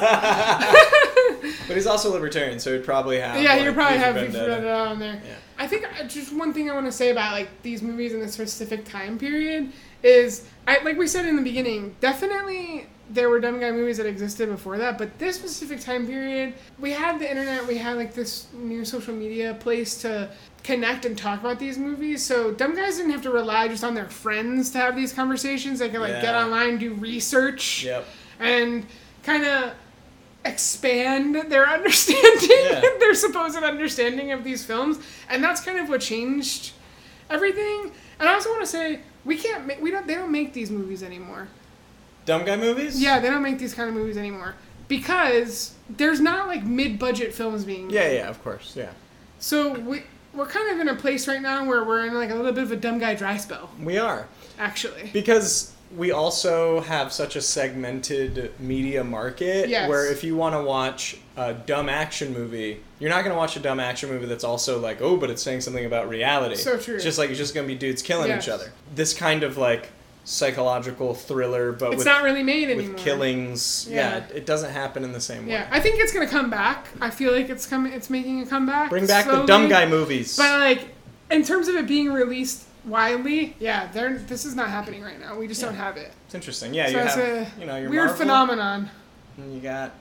S2: But he's also libertarian, so he'd probably have.
S1: yeah,
S2: like,
S1: you probably
S2: V for
S1: have
S2: Vendetta.
S1: Vendetta on there.
S2: Yeah.
S1: I think uh, just one thing I want to say about like these movies in this specific time period is, I, like we said in the beginning, definitely there were dumb guy movies that existed before that, but this specific time period, we had the internet, we had like this new social media place to connect and talk about these movies. So dumb guys didn't have to rely just on their friends to have these conversations. They could like get
S2: Yeah.
S1: online, do research,
S2: Yep.
S1: and kind of expand their [laughs] understanding,
S2: Yeah.
S1: [laughs] their supposed understanding of these films, and that's kind of what changed everything. And I also want to say we can't make we don't they don't make these movies anymore.
S2: Dumb guy movies.
S1: Yeah, they don't make these kind of movies anymore because there's not like mid-budget films being made.
S2: Yeah, yeah, of course, yeah.
S1: So we we're kind of in a place right now where we're in like a little bit of a dumb guy dry spell,
S2: We are
S1: actually.
S2: because we also have such a segmented media market
S1: Yes.
S2: where if you want to watch a dumb action movie, you're not going to watch a dumb action movie that's also like, oh, but it's saying something about reality.
S1: So true.
S2: It's just like it's just going to be dudes killing
S1: Yes.
S2: each other. This kind of like psychological thriller, but
S1: It's
S2: with
S1: not really made anymore.
S2: with killings, yeah.
S1: Yeah.
S2: it, it doesn't happen in the same way.
S1: Yeah, I think it's gonna come back. I feel like it's coming. It's making a comeback.
S2: Bring back the
S1: slowly.
S2: dumb guy movies.
S1: But uh, like, in terms of it being released widely, yeah, there. This is not happening right now. We just don't
S2: Yeah.
S1: have it.
S2: It's interesting. Yeah,
S1: So
S2: you
S1: it's
S2: have
S1: a
S2: you know your
S1: weird
S2: Marvel,
S1: phenomenon.
S2: and You got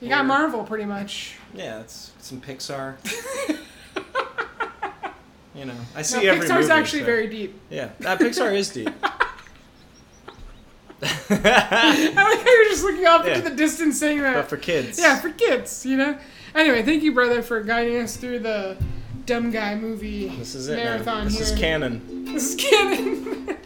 S1: You got
S2: Weird.
S1: Marvel pretty much.
S2: yeah, it's
S1: [laughs]
S2: some Pixar. you know, I see
S1: No,
S2: every
S1: Pixar's
S2: movie,
S1: actually
S2: so-
S1: very deep. [laughs]
S2: yeah. That Pixar is deep. [laughs]
S1: I like how you're just looking off
S2: Yeah.
S1: into the distance saying that.
S2: but for kids,
S1: yeah, for kids, you know. Anyway, thank you, brother, for guiding us through the dumb guy movie
S2: this is it. man.
S1: marathon
S2: This
S1: here.
S2: is canon.
S1: This is canon. [laughs]